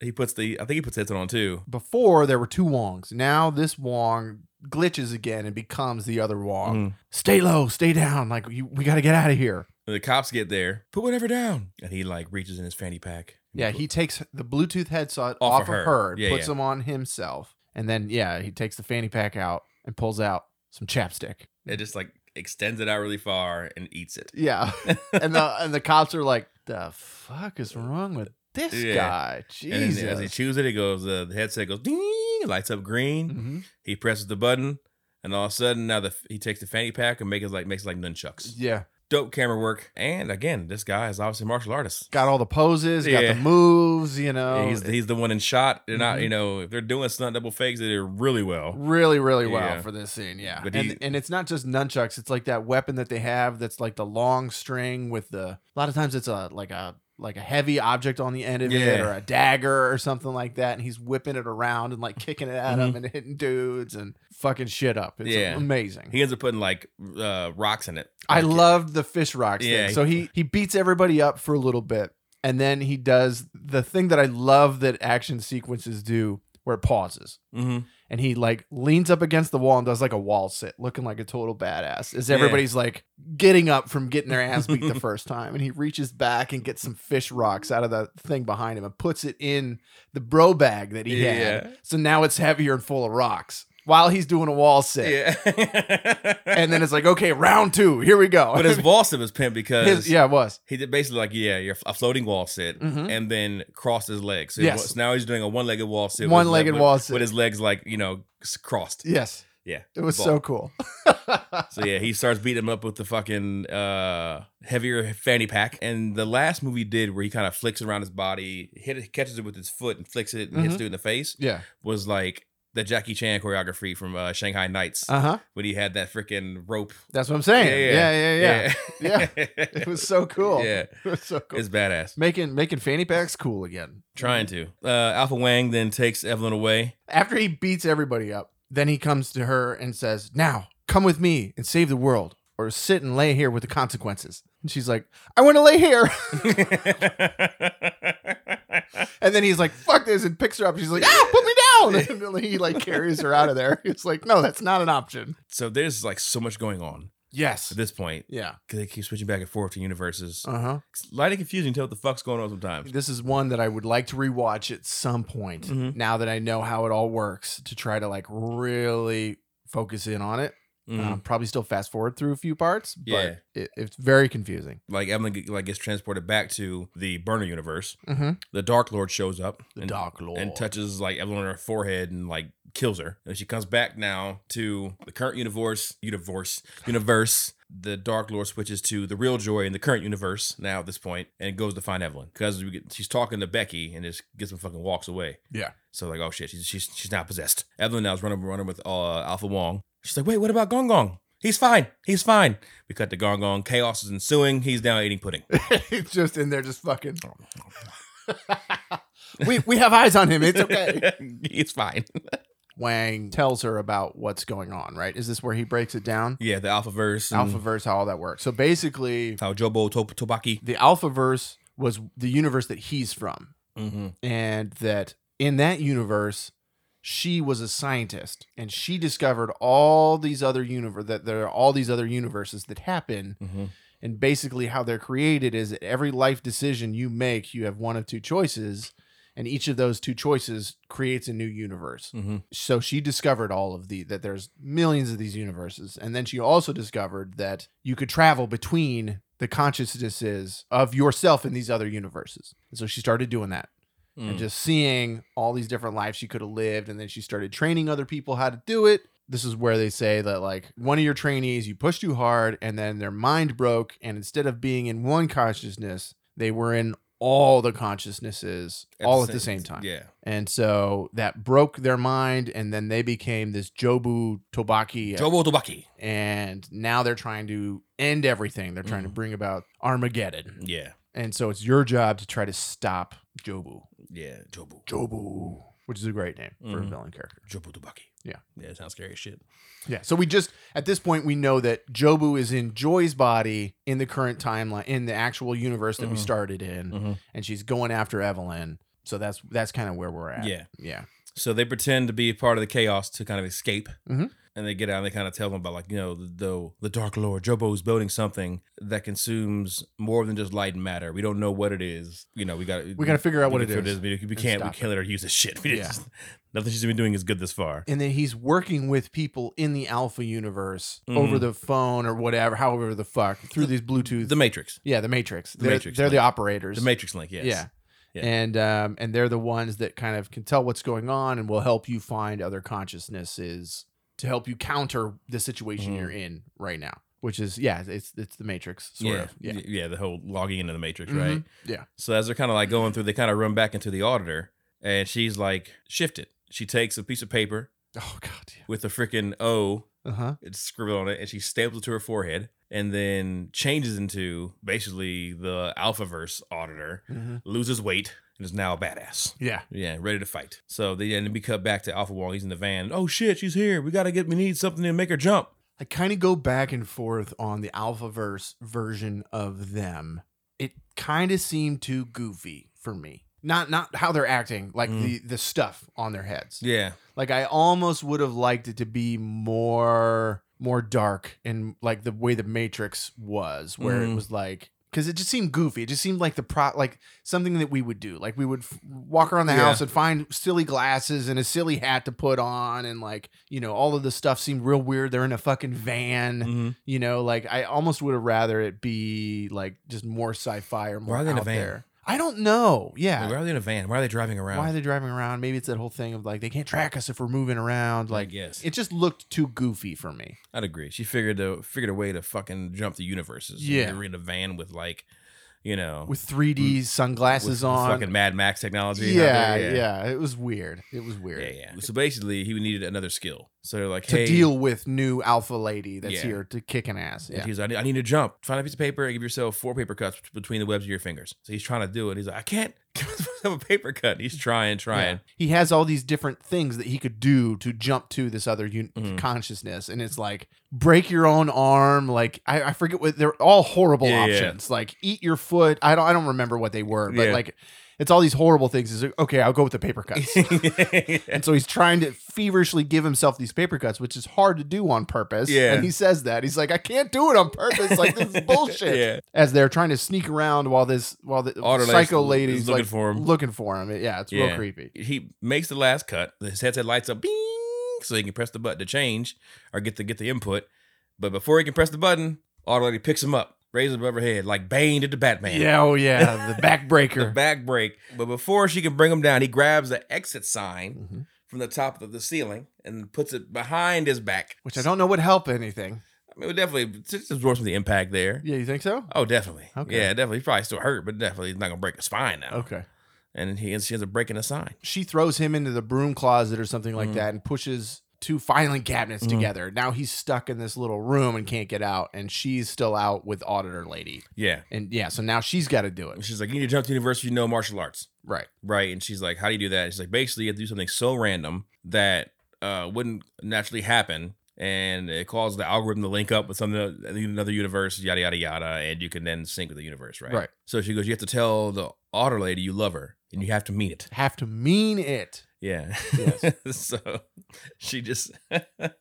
A: He puts the I think he puts Edson on too.
B: Before there were two Wongs. Now this Wong glitches again and becomes the other Wong.
A: Mhm.
B: Stay low, stay down. Like you, we got to get out of here.
A: And the cops get there. Put whatever down, and he like reaches in his fanny pack.
B: Yeah, he takes the Bluetooth headset off, of her, and
A: Yeah,
B: puts
A: yeah.
B: them on himself, and then yeah, he takes the fanny pack out and pulls out some chapstick.
A: it just like extends it out really far and eats it.
B: Yeah, and the and the cops are like, "The fuck is wrong with this
A: Yeah.
B: guy?" Jesus.
A: And then as he chews it, it goes. Uh, the headset goes ding, it lights up green.
B: Mhm.
A: He presses the button, and all of a sudden, now the he takes the fanny pack and makes it like makes it like nunchucks.
B: Yeah,
A: Dope camera work. And again, this guy is obviously a martial artist.
B: got all the poses, got
A: Yeah.
B: the moves. You know,
A: he's he's the one in shot. They're not,
B: Mhm.
A: you know, if they're doing stunt double fakes, they do really well.
B: really, really well
A: Yeah.
B: for this scene. Yeah,
A: But
B: and
A: he-
B: and it's not just nunchucks; it's like that weapon that they have that's like the long string with the. A lot of times, it's a like a like a heavy object on the end of it,
A: Yeah.
B: or a dagger, or something like that, and he's whipping it around and like kicking it at him and hitting dudes and fucking shit up. It's
A: Mm-hmm. Yeah.
B: amazing.
A: He ends up putting like uh, rocks in it.
B: I
A: Like,
B: loved the fish rocks
A: Yeah.
B: thing. So he he beats everybody up for a little bit, and then he does the thing that I love that action sequences do, where it pauses
A: mhm.
B: and he like leans up against the wall and does like a wall sit, looking like a total badass. As
A: Yeah.
B: everybody's like getting up from getting their ass beat the first time, and he reaches back and gets some fish rocks out of the thing behind him and puts it in the bro bag that he
A: Yeah.
B: had. So now it's heavier and full of rocks while he's doing a wall sit.
A: yeah.
B: And then it's like, okay, round two, here we go.
A: but his wall sit was pimped because
B: His- yeah, it was.
A: he did basically like yeah, you're a floating wall sit.
B: Mhm.
A: and then crossed his legs. So
B: Yes.
A: yes. now he's doing a one-legged wall sit. with his
B: One-legged
A: leg- with-
B: wall sit.
A: with his legs like you know s- crossed.
B: Yes.
A: Yeah.
B: It was
A: Ball.
B: so cool.
A: So yeah, he starts beating him up with the fucking uh, heavier fanny pack. And the last movie did where he kind of flicks around his body, hit it, catches it with his foot, and flicks it and hits
B: Mhm.
A: dude in the face
B: yeah.
A: was like the Jackie Chan choreography from uh, Shanghai Nights
B: Uh huh.
A: when he had that freaking rope.
B: That's what I'm saying. Yeah. Yeah. Yeah.
A: yeah.
B: It was so cool.
A: Yeah,
B: It was so cool.
A: it's badass.
B: making making fanny packs cool again.
A: Trying to. Uh, Alpha Wang then takes Evelyn away.
B: After he beats everybody up, then he comes to her and says, "Now, come with me and save the world, or sit and lay here with the consequences." And she's like, "I want to lay here." And then he's like, "Fuck this!" and picks her up. She's like, "Ah, put me down!" And then he like carries her out of there. He's like, "No, that's not an option."
A: so there's like so much going on
B: Yes.
A: at this point
B: Yeah.
A: because they keep switching back and forth to universes.
B: Uh huh.
A: It's lightly confusing to know what the fuck's going on sometimes.
B: This is one that I would like to rewatch at some point
A: Mhm.
B: now that I know how it all works to try to like really focus in on it.
A: Mhm.
B: Um, probably still fast forward through a few parts, but
A: Yeah.
B: it, it's very confusing.
A: like Evelyn g- like gets transported back to the burner universe.
B: Mm-hmm.
A: The Dark Lord shows up and,
B: Dark Lord
A: and touches like Evelyn on her forehead and like kills her. And she comes back now to the current universe, universe, universe. The Dark Lord switches to the real Joy in the current universe now at this point and goes to find Evelyn because she's talking to Becky and just gets and fucking walks away.
B: Yeah.
A: So like, oh shit, she's she's she's not possessed. Evelyn now is running running with uh, Alpha Wong. She's like, wait, what about Gong Gong? He's fine. He's fine. We cut to Gong Gong. Chaos is ensuing. He's now eating pudding.
B: He's just in there, just fucking. we we have eyes on him. It's okay.
A: He's fine.
B: Wang tells her about what's going on. Right? Is this where he breaks it down?
A: Yeah, the Alpha Verse.
B: Alpha verse, how all that works. So basically,
A: How Jobo Top- Tobaki.
B: the Alpha verse was the universe that he's from,
A: Mm-hmm.
B: and that in that universe. She was a scientist, and she discovered all these other universe that there are all these other universes that happen,
A: Mm-hmm.
B: and basically how they're created is that every life decision you make you have one of two choices and each of those two choices creates a new universe
A: Mm-hmm.
B: so she discovered all of the that there's millions of these universes and then she also discovered that you could travel between the consciousnesses of yourself in these other universes and so she started doing that and just seeing all these different lives she could have lived and then she started training other people how to do it this is where they say that like one of your trainees you pushed too hard and then their mind broke and instead of being in one consciousness they were in all the consciousnesses all at the same time
A: Yeah.
B: and so that broke their mind and then they became this jobu tobaki
A: Jobo Tobaki.
B: and now they're trying to end everything they're trying to
A: Mhm.
B: bring about armageddon
A: Yeah.
B: and so it's your job to try to stop jobu
A: Yeah. Jobo.
B: Jobu, Mm-hmm. which is a great name for a
A: Mhm.
B: villain character.
A: Jobo Tobaki.
B: Yeah.
A: Yeah, it sounds scary as shit.
B: Yeah. So we just at this point we know that Jobu is in Joy's body in the current timeline in the actual universe that we
A: Mhm.
B: started in,
A: Mhm.
B: and she's going after Evelyn. So that's that's kind of where we're at.
A: Yeah.
B: Yeah.
A: So they pretend to be part of the chaos to kind of escape.
B: Mhm.
A: And they get out and they kind of tell them about, like, you know, the, the, the Dark Lord, Jobo's building something that consumes more than just light and matter. We don't know what it is. You know, we got
B: We got to figure out what it is.
A: We, we can't, we
B: stop
A: can't let her use this shit. We
B: Yeah.
A: just- nothing she's been doing is good this far.
B: And then he's working with people in the Alpha universe over
A: Mhm.
B: the phone or whatever, however the fuck through these Bluetooth.
A: The Matrix.
B: yeah, the Matrix.
A: The
B: they're
A: Matrix
B: they're the
A: link.
B: operators.
A: The Matrix Link, yes.
B: Yeah.
A: Yeah.
B: And um, and they're the ones that kind of can tell what's going on and will help you find other consciousnesses to help you counter the situation
A: Mhm.
B: you're in right now. Which is yeah, it's it's the Matrix sort
A: yeah.
B: of. Yeah.
A: Y- yeah, the whole logging into the Matrix,
B: Mhm.
A: right?
B: Yeah.
A: So as they're kind of like going through, they kind of run back into the auditor, and she's like shifted. She takes a piece of paper
B: Oh god. Yeah.
A: with a freaking O
B: Uh huh.
A: it's scribbled on it, and she staples it to her forehead, and then changes into basically the Alphaverse auditor, loses weight, and is now a badass.
B: Mm-hmm. Yeah.
A: Yeah, ready to fight. So they and then we cut back to Alpha Wong. He's in the van. Oh shit, she's here. We gotta get. We need something to make her jump.
B: I kind of go back and forth on the Alphaverse version of them. It kind of seemed too goofy for me. Not not how they're acting, like
A: Mm.
B: the the stuff on their heads.
A: Yeah,
B: Like I almost would have liked it to be more more dark and like the way the Matrix was, where it
A: Mhm.
B: was like because it just seemed goofy. It just seemed like the pro like something that we would do. Like we would f- walk around the
A: Yeah.
B: house and find silly glasses and a silly hat to put on, and like you know all of the stuff seemed real weird. They're in a fucking van,
A: mm-hmm.
B: you know. Like I almost would have rather it be like just more sci-fi or more
A: are they in a
B: out
A: van?
B: there. I don't know. Yeah,
A: why are they in a van? Why are they driving around?
B: why are they driving around? Maybe it's that whole thing of like they can't track us if we're moving around.
A: I
B: Like
A: guess.
B: it just looked too goofy for me.
A: I'd agree. She figured a figured a way to fucking jump the universes.
B: Yeah.
A: you're in a van with like, you know,
B: With 3D sunglasses
A: Oh. Mm. with
B: on.
A: fucking Mad Max technology. out
B: yeah,
A: there.
B: yeah, It was weird. It was weird.
A: yeah, yeah. So basically, he needed another skill. So they're like,
B: To
A: hey,
B: deal with new alpha lady that's
A: Yeah.
B: here to kick an ass.
A: And
B: Yeah.
A: he's like, I need, I need to jump. Find a piece of paper and give yourself four paper cuts between the webs of your fingers. So he's trying to do it. He's like, I can't have a paper cut. He's trying, trying.
B: Yeah. He has all these different things that he could do to jump to this other un-
A: Mhm.
B: consciousness, and it's like break your own arm. Like I, I forget what they're all horrible
A: Yeah, yeah.
B: options. Like eat your foot. I don't I don't remember what they were, but
A: Yeah.
B: like it's all these horrible things. Is like, okay, I'll go with the paper cuts. And so he's trying to feverishly give himself these paper cuts, which is hard to do on purpose.
A: Yeah.
B: And he says that. He's like, I can't do it on purpose. Like this is bullshit.
A: Yeah.
B: As they're trying to sneak around while this while the
A: Otter Lace
B: psycho
A: is
B: lady's
A: looking
B: like
A: for him.
B: looking for him. Yeah, it's real
A: Yeah.
B: creepy.
A: He makes the last cut. His headset lights up. Bing. so he can press the button to change or get the get the input. But before he can press the button, Auto Lady picks him up, raises him above her head like Bane did to Batman.
B: Yeah, oh yeah, the
A: the
B: backbreaker.
A: back break. But before she can bring him down, he grabs the exit sign
B: Mhm.
A: from the top of the ceiling and puts it behind his back.
B: Which I don't know would help anything.
A: I mean, it definitely just absorbs some of the impact there.
B: Yeah, you think so?
A: Oh, definitely.
B: Okay. Oh.
A: Yeah, definitely. He's probably still hurt, but definitely he's not gonna break his spine now.
B: Okay.
A: And he she ends up breaking a sign.
B: She throws him into the broom closet or something like
A: Mhm.
B: that and pushes two filing cabinets
A: Mhm.
B: together. Now he's stuck in this little room and can't get out, and she's still out with Auditor Lady.
A: Yeah.
B: And yeah, so now she's got to do
A: And
B: it.
A: she's like, You need to jump to university, you know martial arts.
B: Right.
A: Right. And she's like, How do you do that? And she's like, basically you have to do something so random that uh wouldn't naturally happen. And it causes the algorithm to link up with something another universe, yada yada yada, and you can then sync with the universe, right?
B: Right.
A: So she goes, You have to tell the otter lady you love her and you have to mean it.
B: Have to mean it.
A: Yeah.
B: Yes.
A: so she just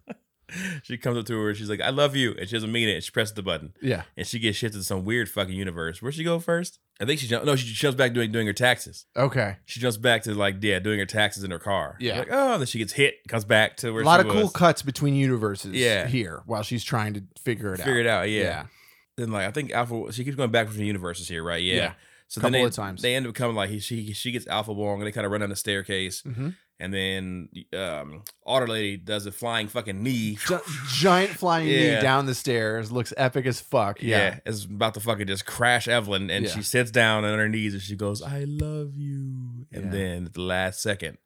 A: she comes up to her and she's like, I love you. And she doesn't mean it. And she presses the button.
B: Yeah.
A: And she gets shifted to some weird fucking universe. Where'd she go first? I think she jumps no, she jumps back doing doing her taxes.
B: Okay.
A: She jumps back to like, yeah, doing her taxes in her car.
B: Yeah.
A: Like, oh, then she gets hit, comes back to where
B: a lot
A: she
B: of cool
A: was.
B: cuts between universes
A: Yeah.
B: here while she's trying to figure it
A: Figure
B: out.
A: it out, yeah. Then like I think Alpha she keeps going back between universes here, right? Yeah.
B: Yeah.
A: So
B: Couple
A: then they,
B: of times.
A: they end up coming like he, she she gets Alpha Wong and they kind of run down the staircase
B: hmm
A: and then um Otter Lady does a flying fucking knee.
B: giant flying
A: Yeah.
B: knee down the stairs looks epic as fuck.
A: Yeah.
B: Yeah.
A: is about to fucking just crash Evelyn, and
B: Yeah.
A: she sits down on her knees and she goes, "I love you," and
B: Yeah.
A: then at the last second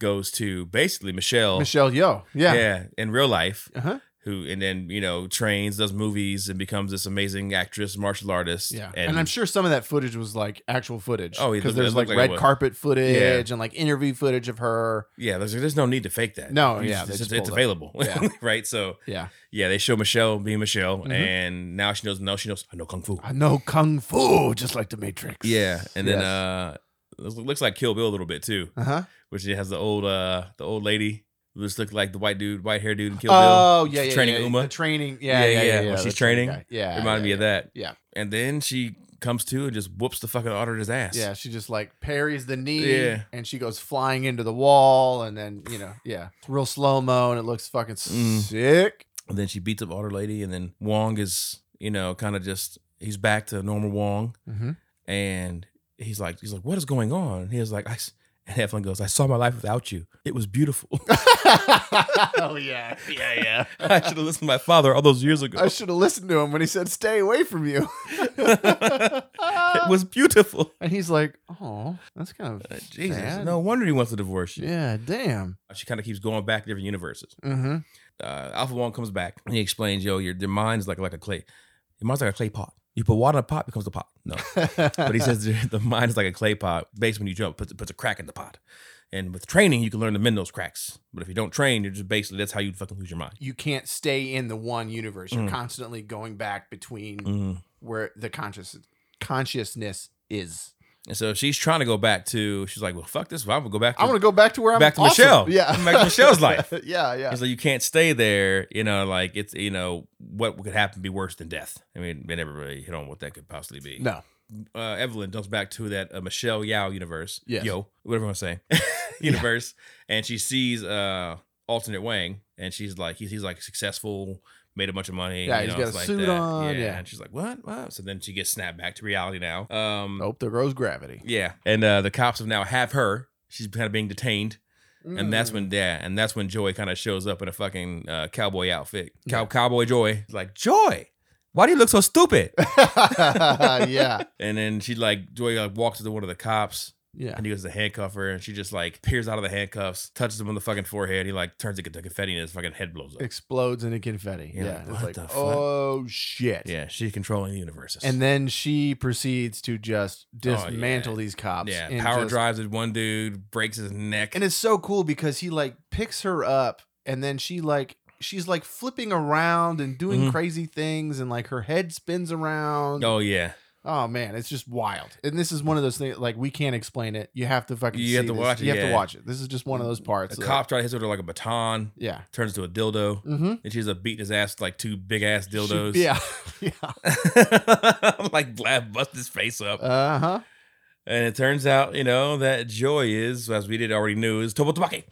A: goes to basically Michelle,
B: Michelle Yo. Yeah.
A: yeah. in real life,
B: Uh-huh.
A: who and then you know trains, does movies, and becomes this amazing actress, martial artist,
B: Yeah. And,
A: and,
B: I'm sure some of that footage was like actual footage.
A: Oh, it
B: because
A: looked-
B: there's
A: it
B: like
A: looked like it
B: red
A: was.
B: carpet footage and like interview footage of her.
A: yeah, there's, there's no need to fake that.
B: No,
A: You
B: yeah,
A: just-
B: they
A: it's,
B: just
A: it's
B: pulled up.
A: available,
B: Yeah.
A: right? So
B: Yeah.
A: yeah, they show Michelle being Michelle,
B: Mhm.
A: and now she knows, no, she knows, I know kung fu,
B: I know Kung Fu, just like the Matrix.
A: yeah, and then
B: Yes.
A: uh, it looks like Kill Bill a little bit too.
B: Uh huh.
A: which it has the old uh the old lady who just looked like the white dude, white hair dude in Kill Bill.
B: Oh, yeah, yeah.
A: Training
B: yeah,
A: Uma.
B: The training. Yeah.
A: Yeah,
B: Yeah. Yeah.
A: yeah,
B: yeah,
A: when she's
B: that's the
A: training.
B: guy. Yeah.
A: Reminded
B: yeah,
A: me of that.
B: Yeah.
A: And then she comes to and just whoops the fucking otter's ass.
B: Yeah, she just like parries the knee
A: Yeah.
B: and she goes flying into the wall and then, you know, yeah. It's real slow-mo and it looks fucking
A: Mm.
B: sick.
A: And then she beats up Otter Lady, and then Wong is, you know, kind of just he's back to normal Wong,
B: Mm-hmm.
A: and he's like, he's like, what is going on? And he was like, I. s- And Evelyn goes, I saw my life without you. It was beautiful.
B: oh yeah. Yeah,
A: I should have listened to my father all those years ago.
B: I should have listened to him when he said stay away from you.
A: it was beautiful.
B: and he's like, "Oh, that's kind of
A: Uh, Jesus,
B: sad."
A: no wonder he wants to divorce you. Uh,
B: Yeah, damn.
A: She kind of keeps going back to different universes.
B: Mm-hmm.
A: uh, Alpha One comes back and he explains, "Yo, your, your mind is like like a clay. Your mind's like a clay pot. You put water in a pot, becomes a pot. No, but he says the, the mind is like a clay pot. Based when you jump, puts puts a crack in the pot. And with training, you can learn to mend those cracks. But if you don't train, you're just basically that's how you fucking lose your mind.
B: you can't stay in the one universe. You're
A: Mm.
B: constantly going back between
A: Mm.
B: where the conscious consciousness is.
A: And so she's trying to go back to. She's like, "Well, fuck this. I'm gonna go back. To,
B: I want to go back to where I'm
A: Back to
B: awesome.
A: Michelle.
B: Yeah,
A: Back to Michelle's life.
B: yeah, yeah.
A: He's like, you can't stay there. You know, like it's you know what could happen be worse than death. I mean, they never really hit on what that could possibly be.
B: No,
A: uh, Evelyn jumps back to that uh, Michelle Yao universe.
B: Yes.
A: Yo, whatever I'm saying. universe. And she sees uh alternate Wang and she's like, he's, he's like successful, made a bunch of money.
B: Yeah,
A: you
B: he's
A: know,
B: got a
A: it's
B: suit on, yeah.
A: And she's like, what? what? So then she gets snapped back to reality now. Um,
B: nope. There goes gravity,
A: Yeah. And uh, the cops have now have her. She's kind of being detained. And that's
B: Mm.
A: when, yeah, and that's when Joy kind of shows up in a fucking uh, cowboy outfit. Cow- Cowboy Joy. Like, Joy, why do you look so stupid?
B: yeah,
A: and then she like, Joy like walks to one of the cops.
B: yeah.
A: And he goes to handcuff her, and she just like peers out of the handcuffs, touches him on the fucking forehead. He like turns into confetti, and his fucking head blows up.
B: Explodes into confetti.
A: You're
B: yeah,
A: like,
B: it's
A: what
B: like
A: the fuck?
B: oh shit.
A: Yeah, she's controlling the universes.
B: And then she proceeds to just
A: Oh, yeah.
B: dismantle these cops. and
A: yeah, power
B: just-
A: drives at one dude, breaks his neck.
B: And it's so cool because he like picks her up and then she like she's like flipping around and doing
A: Mhm.
B: crazy things and like her head spins around.
A: oh yeah,
B: Oh man, it's just wild. And this is one of those things like we can't explain it. You have to fucking
A: You
B: see
A: have to
B: this.
A: watch it,
B: You have to
A: yeah.
B: watch it. This is just one of those parts.
A: the
B: that-
A: cop tried to hit her with, like a baton,
B: Yeah.
A: turns to a dildo,
B: Mm-hmm.
A: and she's like beating his ass with, like two big ass dildos.
B: yeah. yeah.
A: like blab bust his face up.
B: Uh-huh.
A: and it turns out, you know, that Joy is, as we did already knew, is Tobo Tabaki.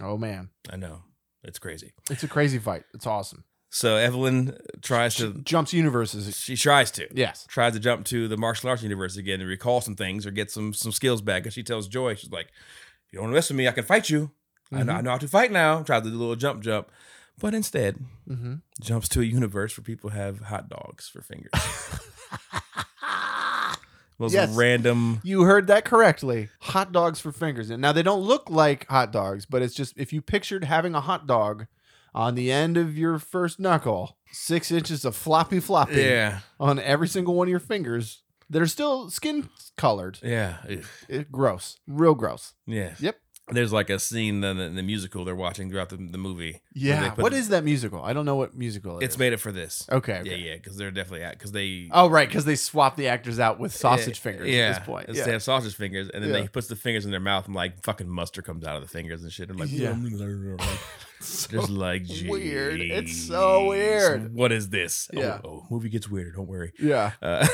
B: Oh man,
A: I know. It's crazy.
B: it's a crazy fight. It's awesome.
A: So Evelyn tries
B: She
A: to,
B: jumps universes.
A: she tries to,
B: Yes.
A: tries to jump to the martial arts universe again and recall some things or get some some skills back. And she tells Joy, she's like, "If you don't mess with me, I can fight you. I, know, I
B: Mm-hmm.
A: know how to fight now." Tries to do a little jump, jump, but instead
B: hmm
A: jumps to a universe where people have hot dogs for fingers. Those
B: Yes.
A: random.
B: You heard that correctly. Hot dogs for fingers. And now they don't look like hot dogs, but it's just if you pictured having a hot dog on the end of your first knuckle, six inches of floppy floppy
A: Yeah,
B: on every single one of your fingers that are still skin colored.
A: yeah, ugh,
B: It, gross. Real gross.
A: yeah.
B: Yep.
A: There's like a scene in the, in the musical they're watching throughout the, the movie.
B: Yeah.
A: put
B: What
A: the-
B: is that musical? I don't know what musical it
A: It's
B: is.
A: made it for this.
B: Okay. okay.
A: Yeah, yeah, because they're definitely because they
B: Oh, right. Because they swap the actors out with sausage fingers
A: Eh, yeah,
B: at this point.
A: They have sausage fingers, and then
B: Yeah.
A: they puts the fingers in their mouth, and like fucking mustard comes out of the fingers and shit. I'm like,
B: Yeah.
A: just like
B: weird. It's so
A: "Jeez,
B: weird."
A: What is this? Oh,
B: Yeah.
A: Oh, movie gets weirder. Don't worry.
B: yeah.
A: Uh,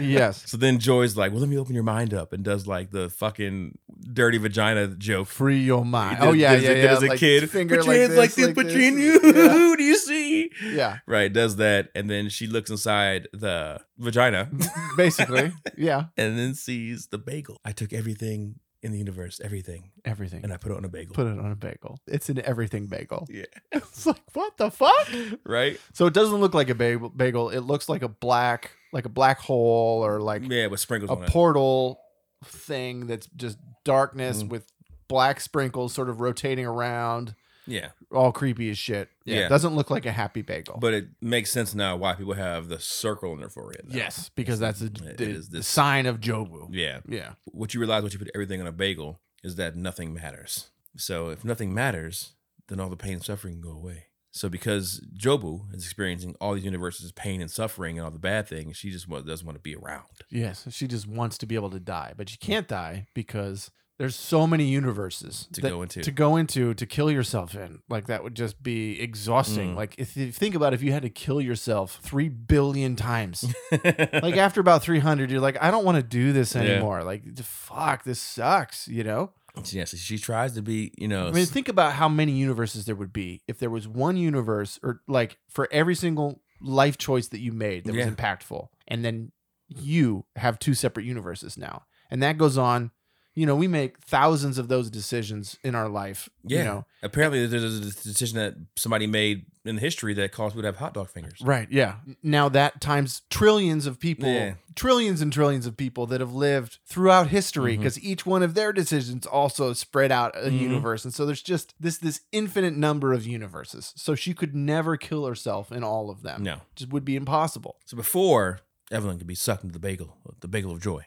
B: yes.
A: so then Joy's like, well, let me open your mind up, and does like the fucking dirty vagina joke.
B: Free your mind.
A: Did-
B: oh yeah,
A: did-
B: yeah,
A: did
B: yeah.
A: As a
B: like
A: kid,
B: finger
A: put your
B: like
A: hands like this, between you.
B: Yeah.
A: Who do you see?
B: Yeah,
A: Right, does that, and then she looks inside the vagina.
B: basically. Yeah,
A: and then sees the bagel. I took everything in the universe, everything,
B: everything.
A: and I put it on a bagel.
B: Put it on a bagel. It's an everything bagel.
A: Yeah.
B: It's like what the fuck?
A: right?
B: So it doesn't look like a bagel. Bagel. It looks like a black, like a black hole or like
A: yeah, with sprinkles
B: a
A: on it.
B: portal thing that's just darkness
A: Mm.
B: with black sprinkles sort of rotating around.
A: yeah,
B: All creepy as shit.
A: Yeah.
B: It doesn't look like a happy bagel.
A: but it makes sense now why people have the circle in their forehead. now.
B: yes, because that's a,
A: It
B: the,
A: is
B: the
A: this-
B: sign of Jobu.
A: Yeah.
B: Yeah.
A: What you realize when you put everything on a bagel is that nothing matters. So if nothing matters, then all the pain and suffering can go away. So because Jobu is experiencing all these universes' pain and suffering and all the bad things, she just wa- doesn't want to be around.
B: Yes, she just wants to be able to die, but she can't die because there's so many universes
A: To
B: that-
A: go into.
B: to go into to kill yourself in. Like that would just be exhausting.
A: Mm.
B: Like if you think about if you had to kill yourself 3 billion times. like after about 300 you're like I don't want to do this
A: Yeah.
B: anymore. Like d- fuck, this sucks, you know?
A: yeah, so she tries to be, you know,
B: I mean, think about how many universes there would be if there was one universe or like for every single life choice that you made that
A: Yeah.
B: was impactful. And then you have two separate universes now. And that goes on. You know, we make thousands of those decisions in our life.
A: Yeah.
B: You know,
A: Apparently, there's a decision that somebody made in history that caused people to have hot dog fingers.
B: right. Yeah. Now that times trillions of people,
A: Yeah.
B: trillions and trillions of people that have lived throughout history
A: Mhm.
B: because each one of their decisions also spread out a
A: Mhm.
B: universe. And so there's just this this infinite number of universes. So she could never kill herself in all of them.
A: No.
B: Just would be impossible.
A: So before Evelyn could be sucked into the bagel, the bagel of joy.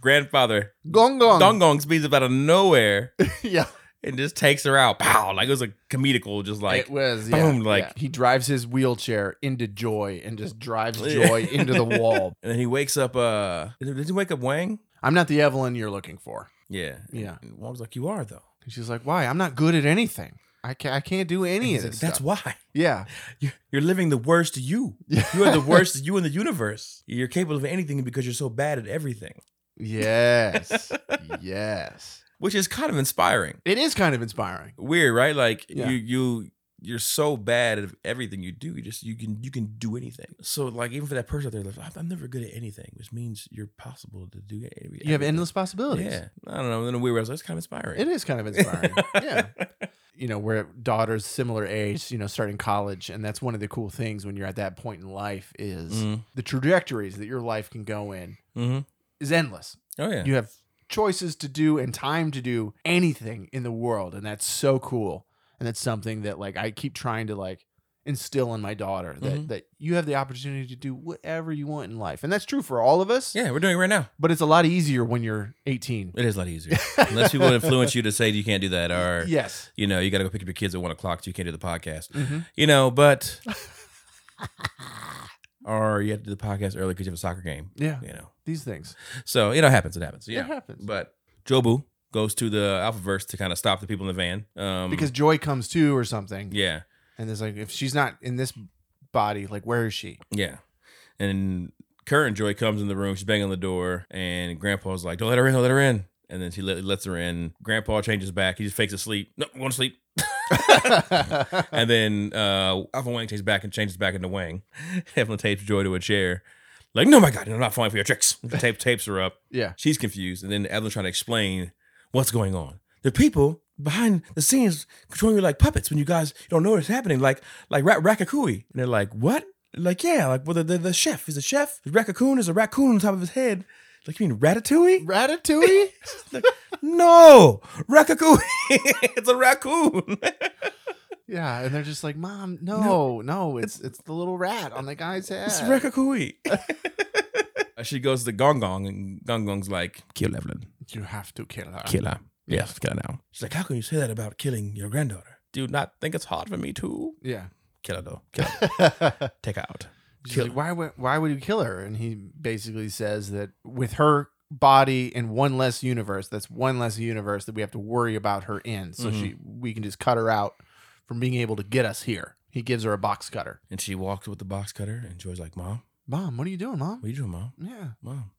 A: Grandfather
B: gong gong.
A: Dong Gong speeds up out of nowhere
B: yeah.
A: and just takes her out. Pow! Like it was a comedical, just like
B: it was
A: boom,
B: yeah,
A: like-
B: yeah. he drives his wheelchair into joy and just drives
A: Yeah.
B: joy into the wall.
A: And then he wakes up. Uh, did did he wake up Wang?
B: I'm not the Evelyn you're looking for.
A: Yeah,
B: Yeah.
A: And Wang's like, "You are though."
B: And she's like, "Why? I'm not good at anything. I can't. I can't do
A: And
B: any
A: he's
B: of
A: like,
B: this.
A: That's
B: stuff.
A: why
B: yeah.
A: you're, you're living the worst you. You are the worst you in the universe. You're capable of anything because you're so bad at everything,
B: yes. Yes.
A: which is kind of inspiring.
B: It is kind of inspiring.
A: weird, right? Like
B: Yeah.
A: you you you're so bad at everything you do. You just you can you can do anything. So like even for that person out there, like, I'm, I'm never good at anything, which means you're possible to do. Every,
B: You have
A: everything.
B: endless possibilities.
A: Yeah, I don't know. In a weird way, I was like, that's kind of
B: It
A: inspiring.
B: is kind of inspiring. yeah. You know, where daughters similar age, you know, starting college, and that's one of the cool things when you're at that point in life is
A: Mm,
B: the trajectories that your life can go in
A: mhm.
B: is endless.
A: Oh yeah.
B: You have choices to do and time to do anything in the world, and that's so cool. And that's something that like I keep trying to like instill in my daughter that
A: Mhm.
B: that you have the opportunity to do whatever you want in life, and that's true for all of us.
A: yeah, we're doing it right now.
B: But it's a lot easier when you're 18.
A: It is a lot easier. Unless people influence you to say you can't do that or,
B: Yes. Mm-hmm.
A: you know, you got to go pick up your kids at one o'clock so you can't do the podcast. You know, but, or you have to do the podcast early because you have a soccer game,
B: Yeah.
A: you know.
B: These things.
A: So, you know, it happens. It happens. Yeah.
B: It happens.
A: But Jobu goes to the Alphaverse to kind of stop the people in the van. Um,
B: because Joy comes too or something.
A: yeah,
B: And there's like, if she's not in this body, like, where is she?
A: yeah, and current Joy comes in the room. She's banging on the door, and Grandpa's like, "Don't let her in! Don't let her in!" And then she let, lets her in. Grandpa changes back. He just fakes asleep. No, I'm going to sleep. and then uh, Alpha Wang changes back and changes back into Wang. Evelyn tapes Joy to a chair. Like, no, my God, I'm not falling for your tricks. Tape tapes her up.
B: yeah.
A: She's confused, and then Evelyn's trying to explain what's going on. The people behind the scenes controlling you like puppets when you guys don't know what's happening, like like Ra- Rakakui. And they're like, what? Like, yeah, like well, the, the, the chef is a chef. The raccoon is a raccoon on top of his head. Like, you mean Ratatouille?
B: Ratatouille?
A: no, Rakakui. it's a raccoon.
B: yeah, and they're just like, "Mom, no,
A: No.
B: no, it's it's the little rat on the guy's head."
A: It's Rakakui. she goes to Gong Gong, and Gong Gong's like, kill Evelyn.
B: you have to kill her.
A: Killer. Yes, killer now. Uh-huh. She's like, how can you say that about killing your granddaughter? Do you not think it's hard for me to
B: Yeah.
A: kill her though. Kill her.
B: She's
A: Take her out.
B: like, why would why would you kill her? And he basically says that with her body in one less universe, that's one less universe that we have to worry about her in. So
A: Mhm.
B: she we can just cut her out from being able to get us here. He gives her a box cutter.
A: And she walks with the box cutter, and Joy's like, "Mom,
B: Mom, what are you doing, mom?
A: what you doing, mom?
B: Yeah.
A: Mom."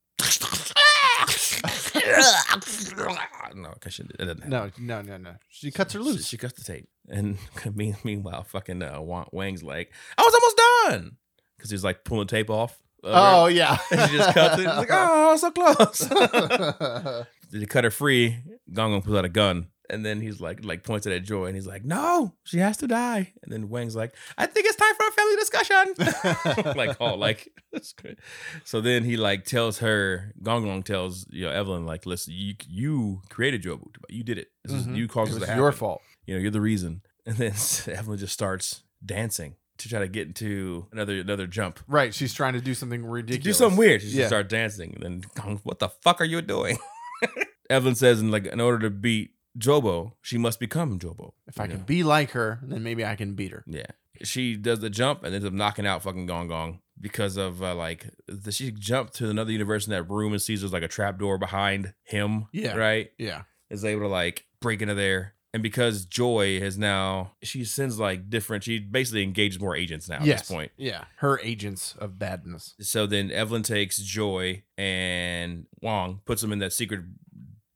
A: no, because it doesn't happen.
B: No, no, no, no. She cuts her loose.
A: She, she cuts the tape, and mean- meanwhile, fucking uh, Wa- Wang's like, "I was almost done," because he's like pulling tape off. of her.
B: oh yeah.
A: And she just cuts it. It's like, oh, so close.
B: oh.
A: they cut her free. Gong Gong pulls out a gun. And then he's like, like points it at Joy, and he's like, "No, she has to die." And then Wang's like, "I think it's time for a family discussion." like, oh, like, that's great. so then he like tells her, Gong Gong tells you know Evelyn like, "Listen, you you created Jobu, you did it. This
B: Mhm.
A: is you
B: it
A: caused
B: was
A: this to
B: your
A: happen.
B: fault.
A: You know, you're the reason." And then Evelyn just starts dancing to try to get into another another jump.
B: Right. She's trying to do something ridiculous.
A: Do something weird. She
B: Yeah.
A: just start dancing. And then Gong's, what the fuck are you doing? Evelyn says, in like, in order to beat Jobo, she must become Jobo.
B: If I
A: You
B: can
A: know?
B: be like her, then maybe I can beat her.
A: yeah. She does the jump and ends up knocking out fucking Gong Gong because of uh, like the, she jumped to another universe in that room and sees there's like a trap door behind him.
B: Yeah.
A: Right.
B: Yeah.
A: Is able to like break into there. And because Joy has now, she sends like different, she basically engages more agents now at
B: yes.
A: this point.
B: Yeah. Her agents of badness.
A: So then Evelyn takes Joy and Wong, puts them in that secret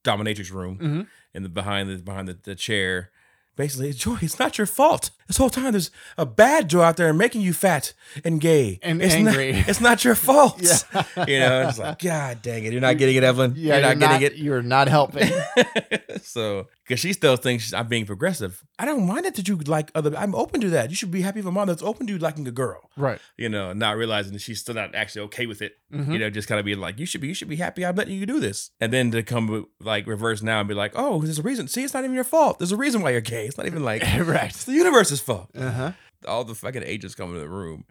A: dominatrix room
B: Mhm.
A: in the behind the behind the, the chair. Basically, Joy, it's not your fault. This whole time, there's a bad Joy out there making you fat and gay
B: And
A: it's
B: angry.
A: Not, it's not your fault.
B: Yeah.
A: You know, it's like God dang it, you're not getting it, Evelyn.
B: Yeah. You're, not,
A: getting
B: You're not helping.
A: it. so, because she still thinks I'm being progressive. I don't mind that, that you like other. I'm open to that. You should be happy for mom that's open to liking a girl.
B: right.
A: You know, not realizing that she's still not actually okay with it
B: Mhm.
A: you know, just kind of being like, you should be, you should be happy. I'm letting you do this. And then to come with, like reverse now and be like, oh, there's a reason. See, it's not even your fault. There's a reason why you're gay. It's not even like
B: right.
A: it's the universe's fault.
B: Uh huh.
A: All the fucking agents come into the room.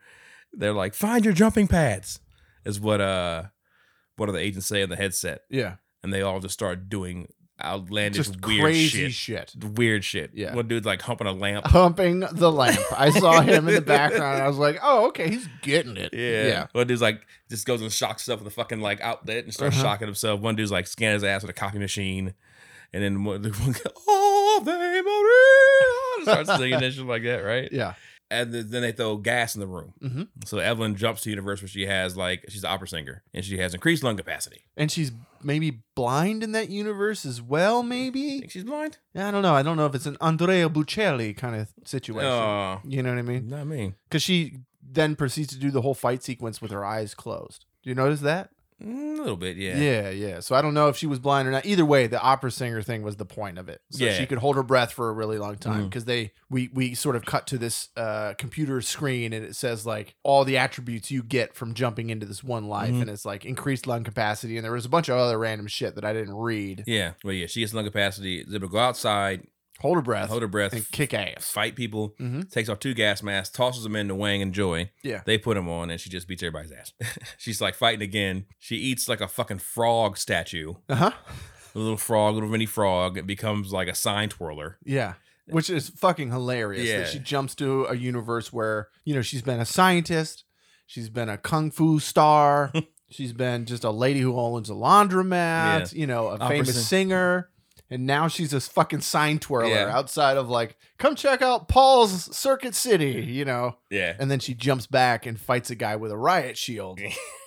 A: They're like, find your jumping pads, is what uh, what do the agents say in the headset?
B: Yeah. And
A: And they all just start doing outlandish,
B: Just
A: weird
B: crazy
A: shit.
B: shit.
A: Weird shit.
B: Yeah.
A: One dude's like humping a lamp.
B: Pumping the lamp. I saw him in the background. I was like, oh, okay, he's getting it.
A: Yeah.
B: Yeah.
A: One dude's like just goes and shocks himself with a fucking like outlet and starts
B: Uh-huh.
A: shocking himself. One dude's like scanning his ass with a copy machine. And then one, the one guy, oh, they Maria starts singing and shit like that, right?
B: Yeah.
A: And then then they throw gas in the room.
B: Mhm.
A: So Evelyn jumps to the universe where she has like she's an opera singer and she has increased lung capacity.
B: And she's maybe blind in that universe as well, maybe?
A: Think she's blind?
B: I don't know. I don't know if it's an Andrea Bocelli kind of situation.
A: Oh,
B: You know what I mean?
A: not me.
B: Because she then proceeds to do the whole fight sequence with her eyes closed. Do you notice that?
A: Mm, A little bit, yeah.
B: yeah, yeah. So I don't know if she was blind or not. Either way, the opera singer thing was the point of it. So
A: Yeah. Mm-hmm.
B: she could hold her breath for a really long time because they we we sort of cut to this uh, computer screen and it says like all the attributes you get from jumping into this one life
A: Mhm.
B: and it's like increased lung capacity and there was a bunch of other random shit that I didn't read.
A: Yeah. Well, yeah, she gets lung capacity. Is able to go outside,
B: Hold her breath
A: hold her breath,
B: and kick ass.
A: fight people.
B: Mhm.
A: takes off two gas masks, tosses them into Wang and Joy.
B: Yeah.
A: They put them on and she just beats everybody's ass. She's like fighting again. She eats like a fucking frog statue,
B: Uh huh.
A: a little frog, little mini frog. It becomes like a sign twirler.
B: Yeah. Which is fucking hilarious
A: Yeah.
B: that she jumps to a universe where, you know, she's been a scientist, she's been a kung fu star, she's been just a lady who owns a laundromat, you know, a
A: Opera sing-
B: famous singer. And now she's this fucking sign twirler
A: Yeah.
B: outside of like, come check out Paul's Circuit City, you know.
A: Yeah.
B: And then she jumps back and fights a guy with a riot shield.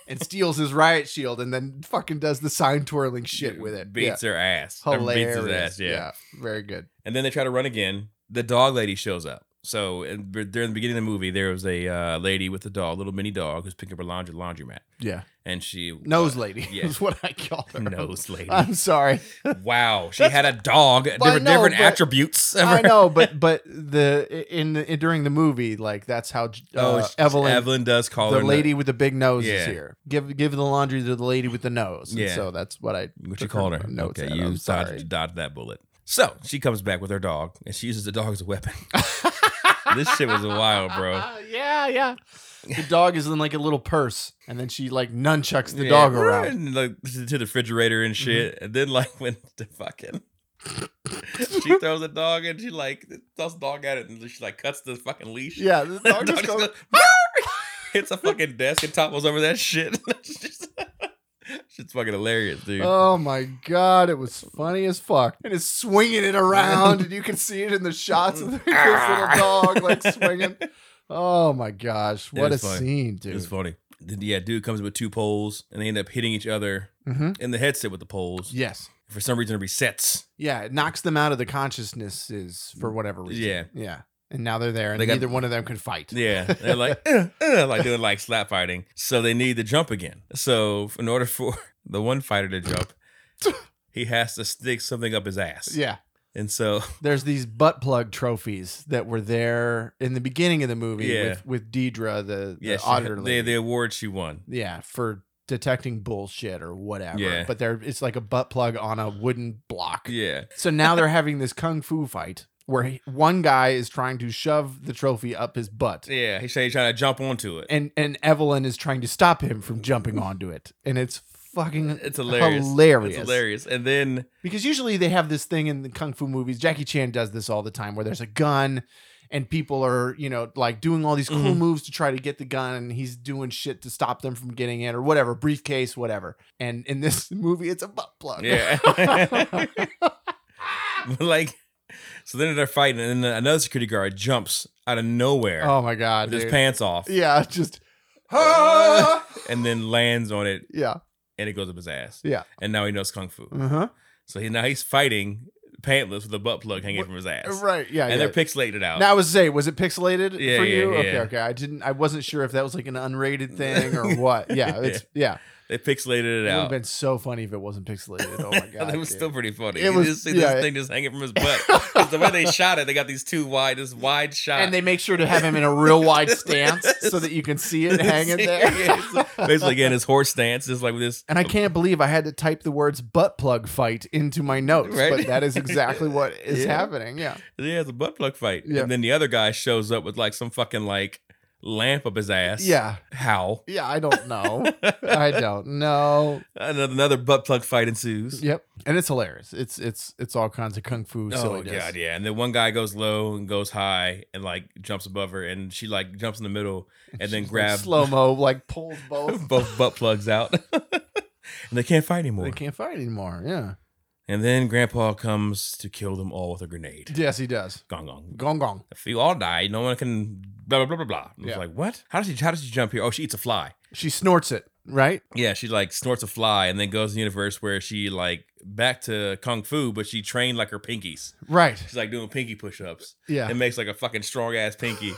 B: and steals his riot shield and then fucking does the sign twirling shit with it.
A: Beats her ass.
B: yeah.
A: Or
B: hilarious.
A: Beats his ass. Yeah.
B: very good.
A: And then they try to run again. The dog lady shows up. So and b- during the beginning of the movie, there was a uh, lady with a dog, little mini dog, who's picking up her laundry laundromat,
B: Yeah,
A: and she
B: nose lady
A: yeah.
B: is what I call her.
A: nose lady.
B: I'm sorry.
A: wow, she
B: That's-
A: had a dog. There
B: I
A: were
B: know,
A: different
B: but-
A: attributes. of
B: I
A: her.
B: know, but but the in, the during the movie, like that's how uh,
A: Oh, it's-
B: Evelyn,
A: Evelyn does call
B: the
A: her
B: lady with the big nose, is
A: Yeah.
B: here. Give give the laundry to the lady with the nose. And
A: Yeah.
B: so that's what I
A: What you
B: took
A: called her?
B: notes
A: okay,
B: at.
A: you
B: I'm
A: dodged,
B: sorry.
A: dodged that bullet. So she comes back with her dog, and she uses the dog as a weapon. This shit was wild, bro.
B: yeah, yeah. The dog is in like a little purse, and then she like nunchucks the
A: Yeah,
B: dog around. Mm-hmm.
A: and, like to the refrigerator and shit, and then like when the fucking she throws the dog and she like throws the dog at it, and she like cuts the fucking leash.
B: Yeah, the
A: The
B: dog just
A: dog
B: goes.
A: just goes, hits a fucking desk and topples over that shit. Shit's fucking hilarious, dude.
B: Oh my god, it was funny as fuck. And it's swinging it around, and you can see it in the shots of this little dog like swinging. Oh my gosh,
A: It
B: what a
A: was funny.
B: scene,
A: It was
B: dude.
A: funny. Then, Yeah, dude comes with two poles, and they end up hitting each other
B: hmm
A: in the headset with the poles.
B: Yes.
A: For some reason, it resets.
B: Yeah, it knocks them out of the consciousnesses for whatever reason.
A: Yeah.
B: Yeah. And now they're there, and
A: They got-
B: neither one of them can fight.
A: Yeah, they're like uh, uh, like doing like slap fighting. So they need to jump again. So in order for the one fighter to jump, he has to stick something up his ass.
B: Yeah.
A: and so
B: There's these butt plug trophies that were there in the beginning of the movie
A: Yeah.
B: with, with Deidre, the, the
A: yeah, she-
B: auditor
A: the,
B: lady.
A: the award she won.
B: yeah for detecting bullshit or whatever
A: Yeah.
B: but they're it's like a butt plug on a wooden block
A: Yeah,
B: so now they're having this kung fu fight where he- one guy is trying to shove the trophy up his butt
A: yeah. He said he's trying to jump onto it.
B: and and evelyn is trying to stop him from jumping onto it and it's fucking
A: It's hilarious.
B: hilarious.
A: It's hilarious. And then
B: because usually they have this thing in the kung fu movies jackie chan does this all the time where there's a gun and people are you know like doing all these cool
A: Mhm.
B: moves to try to get the gun and he's doing shit to stop them from getting it or whatever briefcase whatever and in this movie it's a butt plug
A: yeah, like so then they're fighting, and then another security guard jumps out of nowhere
B: oh my god
A: with his
B: dude.
A: pants off,
B: yeah just
A: Uh. and then lands on it,
B: yeah
A: and it goes up his ass.
B: Yeah.
A: and now he knows kung fu.
B: uh-huh
A: So he now he's fighting pantless with a butt plug hanging
B: What-
A: from his ass.
B: right yeah,
A: And
B: yeah.
A: they're pixelated it out.
B: now I was say, was it pixelated
A: Yeah,
B: for
A: yeah,
B: you?
A: yeah.
B: Okay, okay. I didn't. I wasn't sure if that was like an unrated thing or what. Yeah, it's yeah.
A: they pixelated it
B: It would
A: out.
B: have been so funny if it wasn't pixelated. Oh my god,
A: it was
B: dude.
A: still pretty funny.
B: It
A: you
B: was-
A: just see this
B: yeah, it-
A: thing just hanging from his butt. 'Cause the way they shot it, they got these two wide, this wide shot.
B: and they make sure to have him in a real wide stance so that you can see it hanging there.
A: Yeah, it's basically, again, his horse stance is like this.
B: And I can't believe I had to type the words butt plug fight into my notes,
A: Right.
B: but that is exactly what is
A: Yeah.
B: happening. Yeah.
A: Yeah, it's a butt plug fight.
B: Yeah.
A: And then the other guy shows up with like some fucking like lamp up his ass.
B: Yeah.
A: How?
B: Yeah. I don't know. I don't know.
A: Another, another butt plug fight ensues.
B: Yep. And it's hilarious. It's it's it's all kinds of kung fu
A: Oh
B: silliness.
A: god, yeah. And then one guy goes low and goes high and like jumps above her, and she like jumps in the middle and then grabs
B: slow mo, like pulls both.
A: both butt plugs out, and they can't fight
B: They
A: anymore.
B: can't fight anymore. Yeah.
A: And then Grandpa comes to kill them all with a grenade.
B: Yes, he does.
A: Gong gong.
B: Gong gong.
A: If you all die, no one can blah blah blah blah blah. And
B: Yeah.
A: It's like what? How does she? How does she jump here? Oh, she eats a fly.
B: She snorts it, right?
A: Yeah, she like snorts a fly and then goes to the universe where she like back to kung fu, but she trained like her pinkies.
B: Right.
A: She's like doing pinky push ups.
B: Yeah.
A: It makes like a fucking strong ass pinky.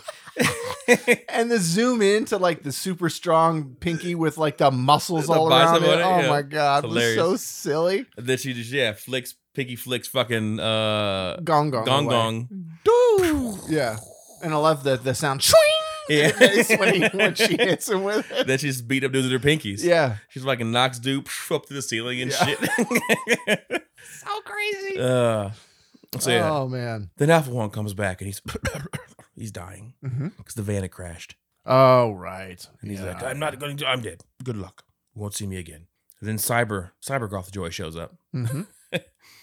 B: and the zoom in to like the super strong pinky with like the muscles
A: The
B: all around
A: bicep on
B: it.
A: it,
B: Oh
A: yeah.
B: my god, it was
A: Hilarious.
B: so silly.
A: And then she just yeah flicks piggy flicks fucking uh
B: Gong gong.
A: gong
B: away.
A: gong
B: Doo! Yeah, and I love the the sound. Swing.
A: yeah.
B: when, he, when she hits him with it.
A: then she's beat up dudes with her pinkies.
B: Yeah.
A: She's fucking knocks dude up to the ceiling and
B: Yeah.
A: shit.
B: So crazy.
A: uh, so yeah.
B: Oh man.
A: Then Alpha One comes back and he's he's dying
B: Mhm.
A: because the van had crashed
B: Oh right.
A: and he's
B: Yeah.
A: like I'm not going to I'm dead. Good luck. You won't see me again. And then Cyber Cyber Goth Joy shows up.
B: Mhm.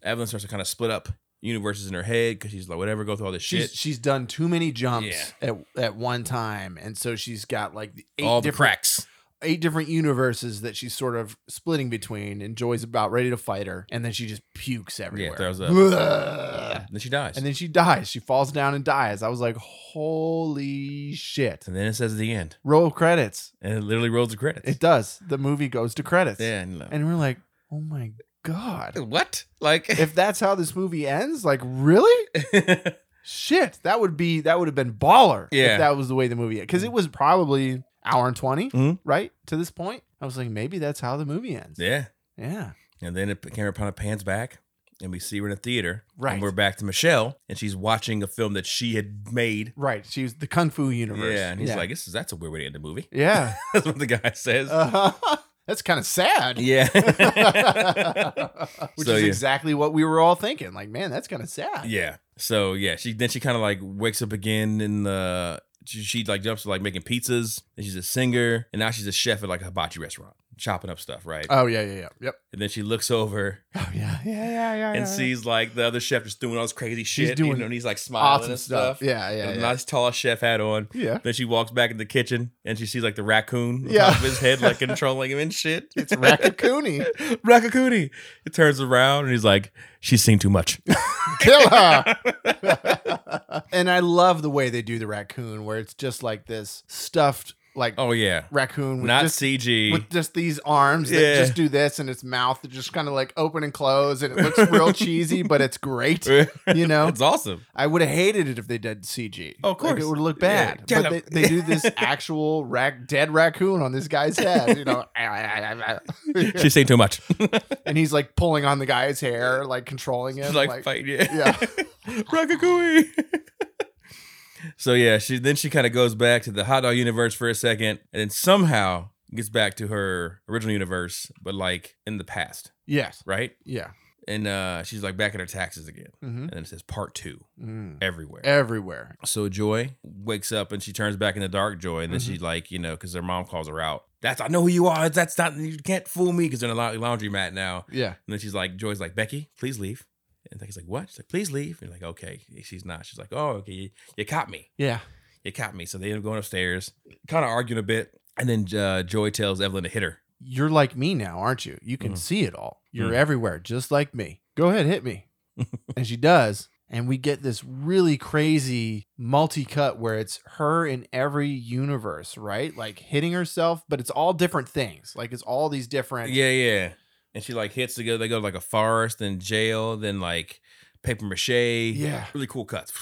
A: Evelyn starts to kind of split up universes in her head because she's like whatever go through all this
B: She's
A: shit.
B: she's done too many jumps
A: Yeah.
B: at at one time, and so she's got like the eight
A: all the
B: different
A: cracks.
B: eight different universes that she's sort of splitting between, and Joy's about ready to fight her, and then she just pukes everywhere.
A: throws up.
B: Blah.
A: Yeah. Then she dies.
B: Uh, And then she dies. She falls down and dies. I was like, holy shit.
A: And then it says at the end,
B: Roll credits.
A: and it literally rolls the credits.
B: It does. The movie goes to credits.
A: yeah, no.
B: And we're like, oh my God.
A: what? Like,
B: if that's how this movie ends, like, really? Shit. That would be, that would have been baller
A: Yeah.
B: if that was the way the movie Because it was probably hour and 20,
A: Mhm.
B: right? To this point. I was like, maybe that's how the movie ends.
A: yeah.
B: Yeah.
A: And then it, camera kind of pans back, and we see her in a theater.
B: Right.
A: And we're back to Michelle, and she's watching a film that she had made.
B: Right. She was the Kung Fu universe.
A: Yeah, and he's like, "This is that's a weird way to end the movie."
B: yeah.
A: that's what the guy says.
B: Uh-huh. that's kind of sad.
A: yeah.
B: Which
A: So,
B: is
A: yeah.
B: exactly what we were all thinking. Like, man, that's kind of sad.
A: yeah. So yeah, she then she kind of like wakes up again in the. She, she like jumps to like making pizzas, and she's a singer, and now she's a chef at like a hibachi restaurant, chopping up stuff, right?
B: Oh yeah, yeah, yeah. Yep.
A: and then she looks over
B: Oh yeah, yeah, yeah, yeah.
A: and
B: yeah.
A: sees like the other chef just doing all this crazy shit, you
B: doing
A: know, and he's like smiling
B: awesome
A: and
B: stuff.
A: stuff.
B: Yeah, yeah,
A: a
B: yeah.
A: nice tall chef hat on.
B: yeah.
A: Then she walks back in the kitchen and she sees like the raccoon on
B: Yeah.
A: top of his head, like controlling him and shit.
B: It's Rakakuni.
A: Raccoonie. It turns around and he's like, she's seen too much.
B: Kill her. and I love the way they do the raccoon, where it's just like this stuffed like
A: Oh yeah,
B: raccoon with
A: not
B: just
A: CG.
B: with just these arms that
A: Yeah.
B: just do this, and its mouth that just kind of like open and close, and it looks real cheesy, but it's great. You know,
A: it's awesome.
B: I would have hated it if they did CG.
A: Oh, of
B: like,
A: course.
B: it would look
A: Yeah.
B: bad.
A: Get
B: But they,
A: him.
B: they do this actual rac- dead raccoon on this guy's head, you know,
A: She's seen too much.
B: and he's like pulling on the guy's hair, like controlling him,
A: She's like, fight, yeah,
B: yeah.
A: Raccoonie. so yeah, she then she kind of goes back to the hot dog universe for a second, and then somehow gets back to her original universe, but like in the past,
B: yes,
A: right?
B: yeah,
A: And uh, she's like back at her taxes again,
B: hmm
A: and then it says part two
B: mm.
A: everywhere.
B: everywhere.
A: So Joy wakes up and she turns back into dark Joy, and then she like you know because her mom calls her out. That's I know who you are. That's not you can't fool me because they're in a lau- laundromat now.
B: Yeah,
A: And then she's like Joy's like Becky, please leave. And he's like what? She's like please leave. And you're like okay, she's not. She's like oh okay, you, you caught me,
B: yeah,
A: you caught me. So they end up going upstairs, kind of arguing a bit, and then uh, Joy tells Evelyn to hit her.
B: you're like me now, aren't you? You can
A: Mhm.
B: see it all. You're
A: Mhm.
B: everywhere, just like me. Go ahead, hit me. and she does. And we get this really crazy multi cut where it's her in every universe, right? Like hitting herself, but it's all different things. Like it's all these different.
A: Yeah, yeah. And she like hits to go. They go to like a forest, then jail, then like paper mache.
B: Yeah.
A: really cool cuts.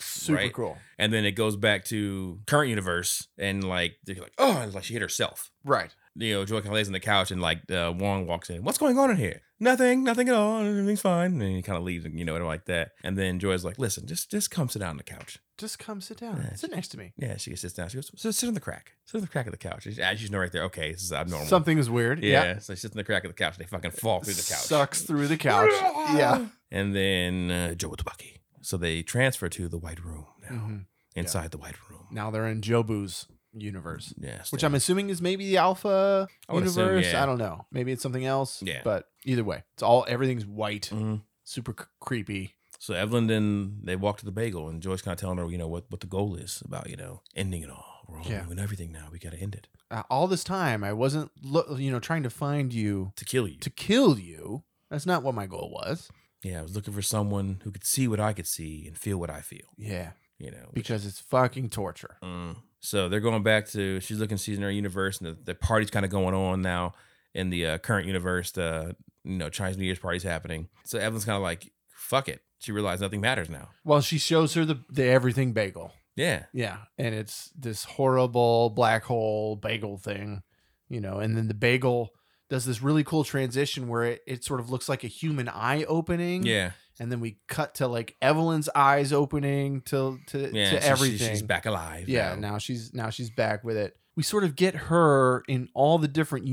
B: Super
A: Right.
B: cool.
A: and then it goes back to current universe and like they're like oh and, like she hit herself
B: Right.
A: you know joy kind of lays on the couch and like uh, wong walks in what's going on in here nothing nothing at all everything's fine and he kind of leaves and you know and like that and then joy's like listen just just come sit down on the couch
B: Just come sit down.
A: Yeah.
B: Sit next to me.
A: yeah she sits down she goes "Sit- sit on the crack sit on the crack of the couch and she, as you know right there okay this is abnormal
B: Something is weird.
A: yeah,
B: Yeah.
A: so she sits on the crack of the couch and they fucking fall through the couch
B: Sucks through the couch. yeah.
A: and then uh, joe with the bucky so they transfer to the white room now
B: Mhm.
A: inside the white room
B: Now they're in Jobu's universe,
A: yes
B: which I'm assuming is maybe the Alpha
A: I would
B: universe.
A: assume, yeah.
B: I don't know. Maybe it's something else.
A: Yeah.
B: But either way, it's all everything's white,
A: Mhm.
B: super c- creepy.
A: So Evelyn then they walk to the bagel and Joy's kind of telling her, you know, what, what the goal is about, you know, ending it all. We're all
B: Yeah.
A: doing everything now. We got to end it
B: Uh, all this time, I wasn't, lo- you know, trying to find you
A: to kill you.
B: to kill you. That's not what my goal was.
A: yeah, I was looking for someone who could see what I could see and feel what I feel,
B: Yeah,
A: you know. which-
B: because it's fucking torture.
A: Mm. So they're going back to she's looking she's in her universe and the, the party's kind of going on now in the uh, current universe. The you know Chinese New Year's party's happening. So Evelyn's kind of like, fuck it. She realized nothing matters now.
B: Well, she shows her the, the everything bagel.
A: Yeah,
B: Yeah. And it's this horrible black hole bagel thing, you know, and then the bagel does this really cool transition where it, it sort of looks like a human eye opening.
A: yeah,
B: And then we cut to like Evelyn's eyes opening to to,
A: yeah.
B: to
A: she- she-
B: everything.
A: she's back alive.
B: Yeah,
A: now.
B: now she's now she's back with it. We sort of get her in all the different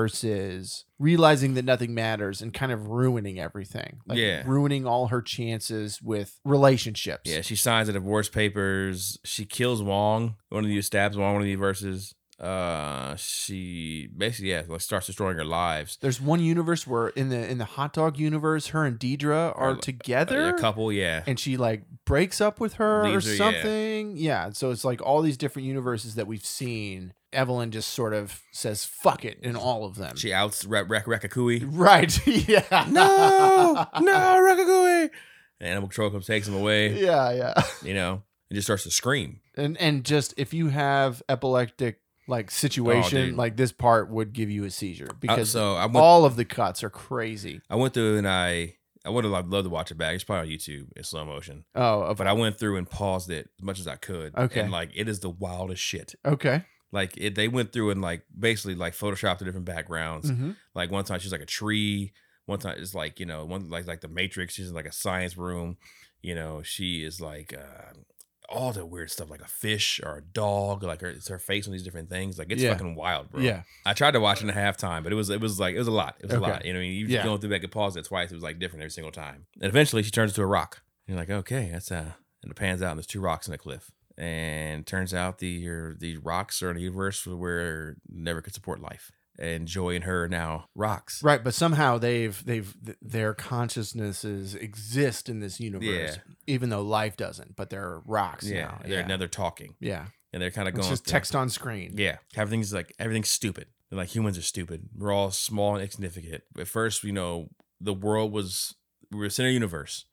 B: universes, realizing that nothing matters and kind of ruining everything. Like
A: Yeah.
B: ruining all her chances with relationships.
A: Yeah, she signs the divorce papers. She kills Wong. One of you stabs Wong. One of you versus. Uh, she basically yeah, like starts destroying her lives.
B: There's one universe where in the in the hot dog universe, her and Deidre
A: Are
B: are
A: li- uh,
B: together,
A: a couple, yeah,
B: and she like breaks up with her
A: Leaves her,
B: or
A: yeah.
B: something. yeah. so it's like all these different universes that we've seen. Evelyn just sort of says "fuck it" in all of them.
A: She outs Ra- Ra- Rakakui.
B: right? yeah.
A: No, no, Rakakui. And Animal Control comes, takes him away,
B: Yeah, yeah.
A: you know, and just starts to scream. Uh,
B: And and just if you have epileptic like situation,
A: dude.
B: like this part would give you a seizure
A: Uh,
B: because
A: so I went,
B: all of the cuts are crazy.
A: I went through and I, I would have loved, loved to watch it back. It's probably on YouTube in slow motion.
B: Oh, of-
A: But I went through and paused it as much as I could.
B: Okay.
A: And like, it is the wildest shit.
B: okay.
A: Like, it, they went through and like basically like photoshopped the different backgrounds.
B: hmm
A: Like one time she's like a tree. One time it's like you know one like like the Matrix. She's in like a science room. You know she is like uh, all the weird stuff like a fish or a dog. Like her it's her face on these different things. Like it's
B: Yeah.
A: fucking wild, bro.
B: Yeah.
A: I tried to watch it in halftime, but it was it was like it was a lot. It was
B: Okay.
A: a lot. You know what I mean? You
B: Yeah.
A: just going through back and pause it twice. It was like different every single time. And eventually she turns into a rock. And you're like okay that's uh and it pans out and there's two rocks in a cliff. And turns out the your the rocks are in a universe where never could support life. And Joy and her are now rocks.
B: Right, but somehow they've they've th- their consciousnesses exist in this universe, even though life doesn't. But they're rocks
A: Yeah,
B: now.
A: they're
B: yeah,
A: now they're talking
B: yeah.
A: and they're kind of
B: It's
A: going.
B: just text on screen.
A: Yeah, everything's like everything's stupid. They're like humans are stupid. We're all small and insignificant. At first, you know, the world was we were center universe,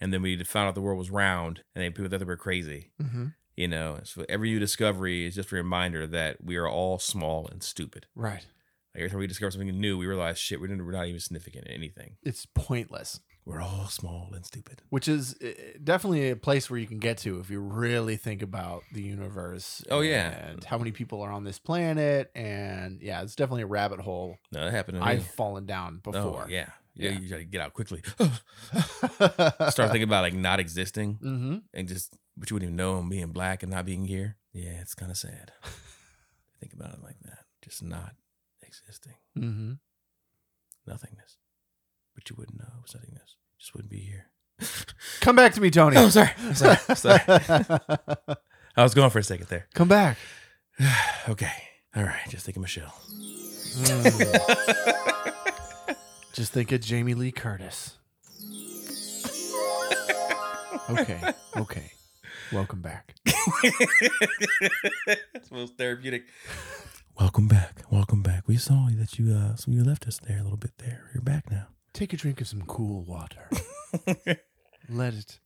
A: and then we found out the world was round, and then people thought they were crazy.
B: hmm
A: You know, so every new discovery is just a reminder that we are all small and stupid.
B: Right,
A: Like every time we discover something new, we realize shit, we're we're not even significant in anything.
B: it's pointless.
A: We're all small and stupid.
B: which is uh, definitely a place where you can get to if you really think about the universe.
A: Oh, yeah.
B: and how many people are on this planet, and yeah, it's definitely a rabbit hole
A: No, that happened to me.
B: I've fallen down before.
A: Oh, yeah. Yeah,
B: Yeah.
A: you gotta get out quickly.
B: yeah,
A: Start thinking about like not existing.
B: hmm
A: and just but you wouldn't even know him being black and not being here. Yeah, it's kind of sad. Think about it like that, just not existing,
B: hmm
A: nothingness. But you wouldn't know it was nothingness. Just wouldn't be here.
B: Come back to me, Tony.
A: Oh, sorry, I'm sorry, I'm sorry. I was going for a second there.
B: Come back.
A: okay, all right. Just think of Michelle.
B: Mm. Just think of Jamie Lee Curtis. Okay, okay. Welcome back.
A: it's the most therapeutic. Welcome back. Welcome back. We saw that you uh so you left us there a little bit there. You're back now.
B: Take a drink of some cool water. Let it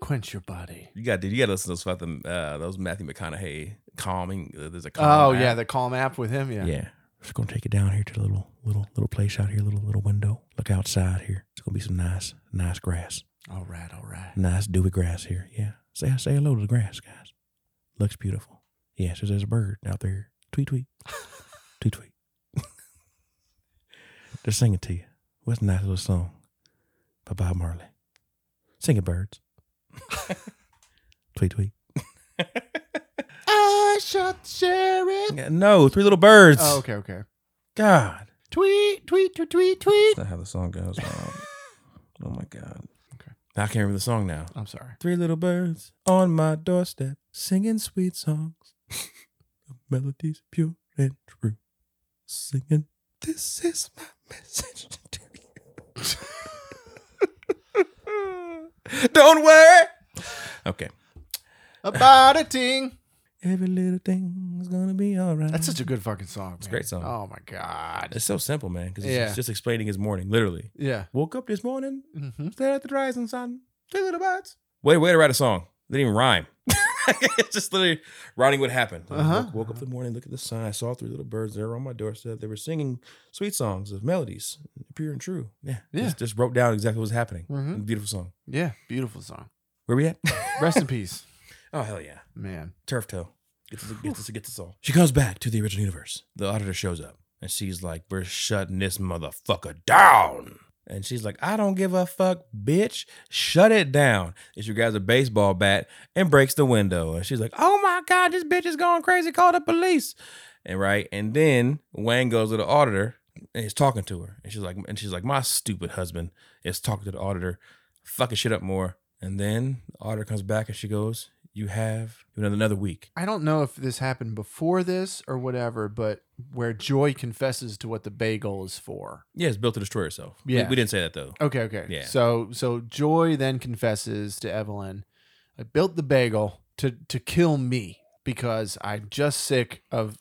B: quench your body.
A: You got, dude. You got to listen to those fucking uh, those Matthew McConaughey calming. uh, There's a calm
B: Oh
A: app.
B: yeah, the calm app with him. Yeah.
A: Just gonna take it down here to the little little little place out here, little little window. Look outside here. It's gonna be some nice nice grass,
B: All right, all right.
A: nice dewy grass here. Yeah. Say say hello to the grass, guys. Looks beautiful. Yeah. So there's a bird out there. Tweet tweet, tweet tweet. They're singing to you. What's a nice little song by Bob Marley? Sing it, birds. tweet tweet.
B: I shot sheriff.
A: No, three little birds.
B: Oh, okay, okay.
A: God.
B: Tweet, tweet, tweet, tweet, tweet.
A: That's not how the song goes. Wow. oh my god.
B: Okay.
A: I can't remember the song now.
B: I'm sorry.
A: Three little birds on my doorstep, singing sweet songs, of melodies pure and true, singing. This is my message to you. Don't worry. Okay.
B: About a ting.
A: Every little thing's gonna be alright.
B: That's such a good fucking song. It's
A: a great song.
B: Oh my god.
A: It's so simple, man. Because it's,
B: Yeah.
A: it's just explaining his morning, literally.
B: Yeah.
A: Woke up this morning,
B: Mm-hmm.
A: Stare at the rising sun. Two little birds. Wait, way to write a song. Didn't even rhyme. it's just literally writing what happened. Like,
B: Uh-huh.
A: woke, woke up in the morning, look at the sun. I saw three little birds. They were on my doorstep. They were singing sweet songs of melodies, pure and true. Yeah.
B: Yeah.
A: Just, just wrote down exactly what was happening.
B: Mhm.
A: Beautiful song.
B: Yeah. Beautiful song.
A: Where we at?
B: Rest in peace,
A: oh, hell yeah.
B: man.
A: Turf toe. Gets us, gets us, gets us all. She comes back to the original universe. The auditor shows up and she's like, We're shutting this motherfucker down. And she's like, I don't give a fuck, bitch. Shut it down. And she grabs a baseball bat and breaks the window. And she's like, Oh my God, this bitch is going crazy. Call the police. And right. And then Wang goes to the auditor and he's talking to her. And she's like, and she's like, My stupid husband is talking to the auditor, fucking shit up more. And then the auditor comes back and she goes, You have another another week.
B: I don't know if this happened before this or whatever, but where Joy confesses to what the bagel is for.
A: Yeah, it's built to destroy herself. We-
B: Yeah.
A: We, didn't say that though.
B: Okay, okay.
A: Yeah.
B: So so Joy then confesses to Evelyn, I built the bagel to to kill me because I'm just sick of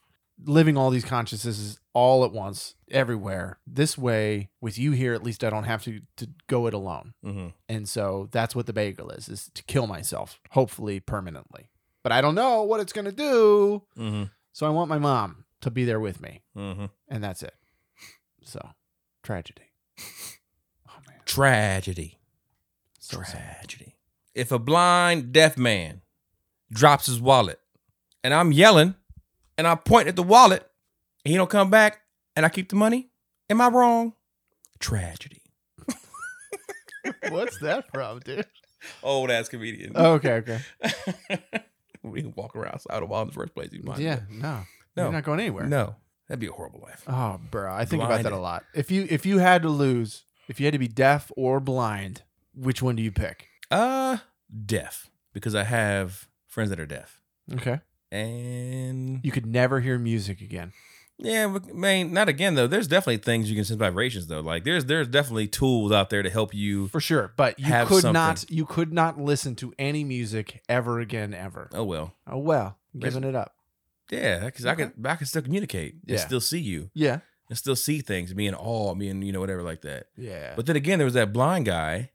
B: living all these consciousnesses all at once, everywhere. This way, with you here, at least I don't have to, to go it alone.
A: Mm-hmm.
B: And so that's what the bagel is, is to kill myself, hopefully permanently. But I don't know what it's going to do.
A: Mm-hmm.
B: So I want my mom to be there with me.
A: Mm-hmm.
B: And that's it. So tragedy. Oh, man.
A: Tragedy.
B: So sad.
A: Tragedy. If a blind deaf man drops his wallet and I'm yelling and I point at the wallet and he don't come back and I keep the money, am I wrong? Tragedy.
B: What's that from, dude?
A: Old ass comedian.
B: Oh, Okay, okay.
A: we can walk around out of wall in the first place. You mind.
B: Yeah, no,
A: No.
B: you're not going anywhere.
A: No. That'd be a horrible life.
B: Oh, bro, I think about that a
A: Blinded.
B: lot. If you if you had to lose, if you had to be deaf or blind, which one do you pick?
A: Uh deaf. Because I have friends that are deaf.
B: Okay,
A: And
B: you could never hear music again.
A: Yeah, but man, not again though. There's definitely things you can sense vibrations though. Like there's there's definitely tools out there to help you.
B: For sure, but you
A: Have
B: could
A: something.
B: not you could not listen to any music ever again ever.
A: Oh well,
B: Oh well,
A: There's-
B: giving it up.
A: yeah, because I could I can still communicate and
B: Yeah.
A: still see you
B: Yeah,
A: and still see things, me in awe, me in you know whatever like that.
B: yeah.
A: But then again, there was that blind guy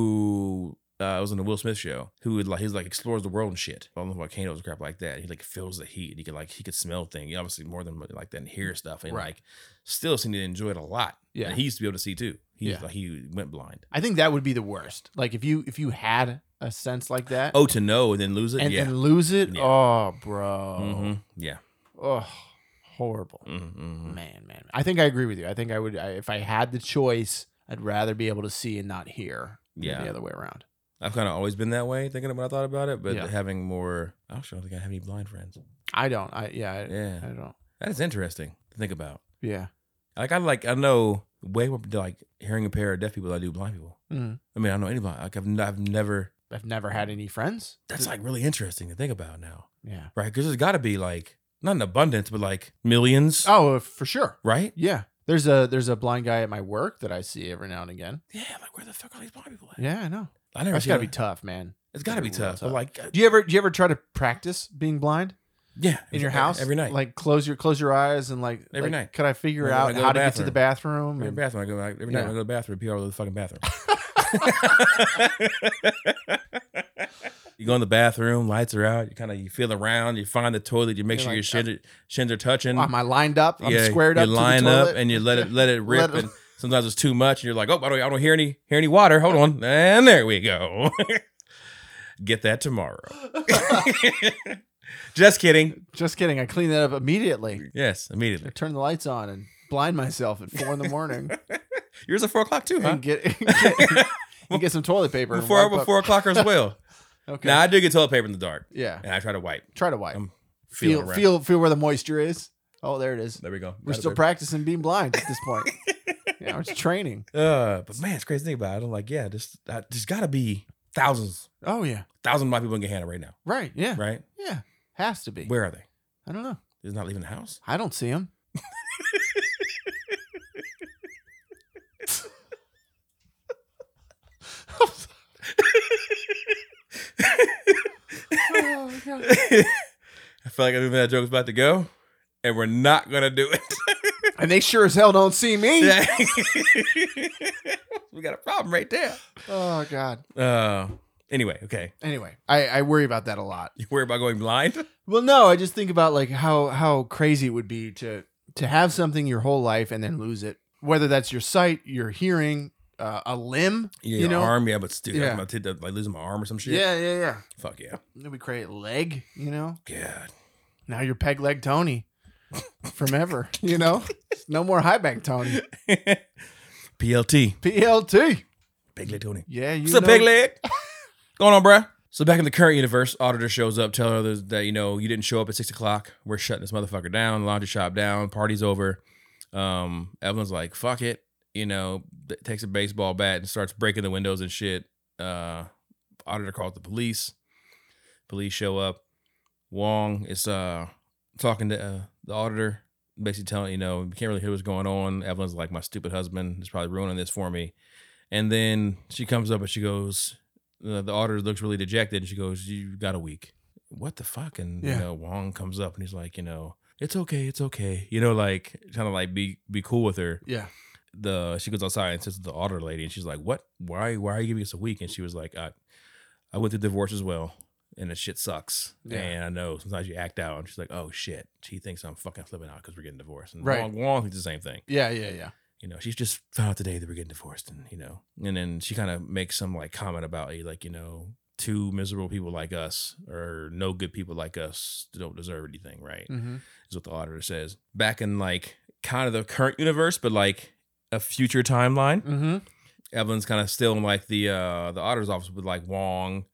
A: who uh, was on the Will Smith show who would like he was like explores the world and shit. I don't know volcanoes and crap like that. He like feels the heat. He could like he could smell things. He obviously more than like that and hear stuff and
B: Right.
A: like still seemed to enjoy it a lot.
B: Yeah.
A: and he used to be able to see too. He was,
B: Yeah.
A: like he went blind.
B: I think that would be the worst. Like if you if you had a sense like that
A: Oh, to know and then lose it.
B: and,
A: yeah.
B: and lose it,
A: Yeah.
B: oh bro,
A: Mhm. Yeah.
B: oh horrible.
A: Mhm, mhm.
B: Man, man, I think I agree with you. I think I would, I, if I had the choice, I'd rather be able to see and not hear. than
A: Yeah.
B: the other way around.
A: I've kind of always been that way thinking about I thought about it, but
B: Yeah.
A: having more. I actually don't think I have any blind friends.
B: I don't. I yeah, I,
A: Yeah.
B: I don't.
A: That is interesting to think about.
B: Yeah,
A: Like, I like, I know way more like hearing impaired or deaf people than I do blind people.
B: Mm.
A: I mean, I know any blind. Like, I've, n- I've never.
B: I've never had any friends.
A: That's like really interesting to think about now,
B: yeah.
A: right? Because there's got to be like, not an abundance, but like millions,
B: Oh, for sure.
A: right?
B: Yeah, there's a there's a blind guy at my work that I see every now and again.
A: Yeah. Like, where the fuck are these blind people at?
B: Yeah, I know.
A: I never
B: That's
A: see
B: gotta be
A: them.
B: tough, man.
A: It's got to be
B: real
A: tough. But
B: tough.
A: like, uh,
B: Do you ever do you ever try to practice being blind
A: yeah.
B: in your house
A: Every night. Like,
B: Like close your close your eyes and like
A: Every
B: like,
A: night.
B: Could I figure
A: Like,
B: out
A: when I go
B: how
A: to
B: to get to the bathroom?
A: every
B: and-
A: bathroom, I go, like, every night
B: Yeah.
A: I go to the bathroom, pee all over the fucking bathroom. you go in the bathroom, lights are out. You kind of you feel around. You find the toilet. You make
B: You're
A: sure your shins,
B: like,
A: are- shins are touching.
B: Am I lined up? I'm squared
A: you
B: up. to the
A: line up
B: toilet?
A: and you let it let it rip.
B: Let it-
A: and sometimes it's too much, and you're like, oh, I don't, I don't hear any hear any water. Hold on, and there we go. Get that tomorrow. Just kidding.
B: Just kidding. I clean that up immediately.
A: Yes,
B: I
A: immediately.
B: turn the lights on and blind myself at four in the morning
A: Yours at four o'clock too, huh?
B: and get and get some toilet paper. and
A: Before
B: wipe up.
A: before o'clock as well.
B: Okay.
A: Now I do get toilet paper in the dark,
B: yeah.
A: and I try to wipe.
B: Try to wipe.
A: I'm feeling
B: Feel
A: around.
B: feel feel where the moisture is. Oh, there it is.
A: There we go.
B: We're
A: Got it,
B: still
A: baby.
B: practicing being blind at this point. yeah, it's training.
A: uh, but man, it's crazy to think about. it. I'm like, yeah, this uh, there's got to be thousands,
B: Oh yeah.
A: thousands of my people in Gahanna right now,
B: Right. Yeah.
A: right?
B: Yeah. Has to be.
A: Where are they?
B: I don't know.
A: They're not leaving the house.
B: I don't see him. oh, God.
A: I feel like I knew where that joke was about to go, and we're not gonna do it.
B: And they sure as hell don't see me.
A: Yeah. we got a problem right there.
B: Oh God.
A: Uh, anyway, okay.
B: Anyway, I, I worry about that a lot.
A: You worry about going blind?
B: Well, no, I just think about like how how crazy it would be to to have something your whole life and then lose it. Whether that's your sight, your hearing, uh, a limb.
A: Yeah,
B: You
A: your
B: know-
A: arm, yeah, but still,
B: Yeah.
A: I'm about to take the- like losing my arm or some shit.
B: yeah, yeah.
A: fuck yeah,
B: Then we create leg. You know.
A: God.
B: Now you're peg leg Tony. From ever, you know, no more high bank Tony.
A: PLT,
B: PLT.
A: Big Leg Tony.
B: Yeah, you
A: What's
B: know.
A: up, pig leg? Going on, bruh? So back in the current universe, auditor shows up, tell her that you know you didn't show up at six o'clock. We're shutting this motherfucker down. Laundry shop down. Party's over. Um, Evelyn's like, "Fuck it," you know. th- Takes a baseball bat and starts breaking the windows and shit. Uh, auditor calls the police. Police show up. Wong is uh talking to uh, the auditor, basically telling you know you can't really hear what's going on. Evelyn's like, "My stupid husband is probably ruining this for me." And then she comes up and she goes, uh, the, the auditor looks really dejected and she goes, You got a week. What the fuck? And,
B: Yeah.
A: you know, Wong comes up and he's like, You know, it's okay, it's okay. You know, like trying to like be be cool with her.
B: Yeah.
A: The she goes outside and says to the auditor lady, and she's like, "What? Why? Why are you giving us a week?" And she was like, "I, I went through divorce as well, and the shit sucks.
B: Yeah.
A: And I know sometimes you act out." And she's like, "Oh shit, she thinks I'm fucking flipping out because we're getting divorced." And
B: Right.
A: Wong, Wong thinks the same thing
B: Yeah. Yeah. Yeah.
A: you know, she's just found out today that we're getting divorced, and you know, and then she kind of makes some like comment about eh, like you know, two miserable people like us or no good people like us don't deserve anything, right?
B: Mm-hmm.
A: Is what the auditor says. Back in like kind of the current universe, but like a future timeline,
B: Mm-hmm.
A: Evelyn's kind of still in like the uh the auditor's office with like Wong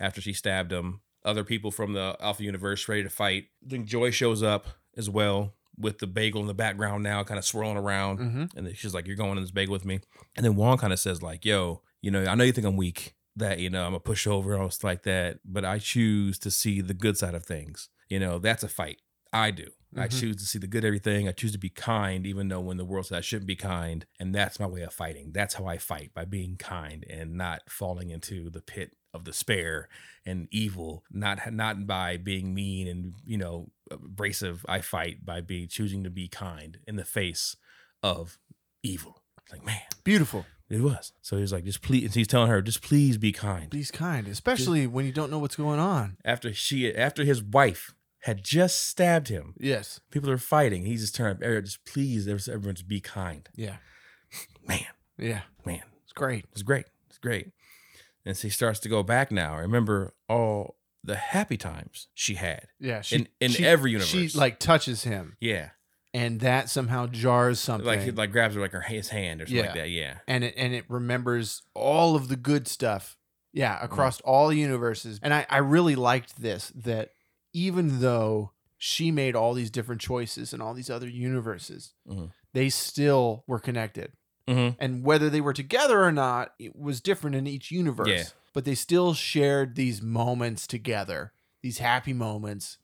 A: after she stabbed him. Other people from the Alpha Universe ready to fight. Then Joy shows up as well with the bagel in the background now, kind of swirling around.
B: Mm-hmm.
A: And then she's like, You're going in this bagel with me. And then Wong kind of says, like, yo, you know, I know you think I'm weak, that, you know, I'm a pushover, all stuff like that, but I choose to see the good side of things. You know, that's a fight. I do. I
B: Mhm.
A: choose to see the good everything. I choose to be kind, even though when the world says I shouldn't be kind. And that's my way of fighting. That's how I fight by being kind and not falling into the pit of despair and evil. Not not by being mean and you know abrasive. I fight by being choosing to be kind in the face of evil. Like man,
B: Beautiful.
A: it was. So he's like, just please. He's telling her, just please be kind.
B: These kind, especially when you don't know what's going on.
A: After she, after his wife had just stabbed him,
B: Yes.
A: people are fighting. He just turned up, "Eric, just please, everyone, just be kind.
B: Yeah.
A: Man,
B: Yeah.
A: man,
B: It's great.
A: it's great. It's great. And she starts to go back now. Remember all the happy times she had.
B: Yeah.
A: In- in every universe.
B: she like touches him,
A: Yeah,
B: and that somehow jars something.
A: like he like grabs her like her his hand or something like
B: Yeah.
A: that. Yeah,
B: and it and it remembers all of the good stuff.
A: Mm.
B: Yeah, across all universes. And I, I really liked this that even though she made all these different choices in all these other universes,
A: Mhm.
B: they still were connected.
A: mm-hmm.
B: And whether they were together or not, it was different in each universe.
A: Yeah.
B: But they still shared these moments together, these happy moments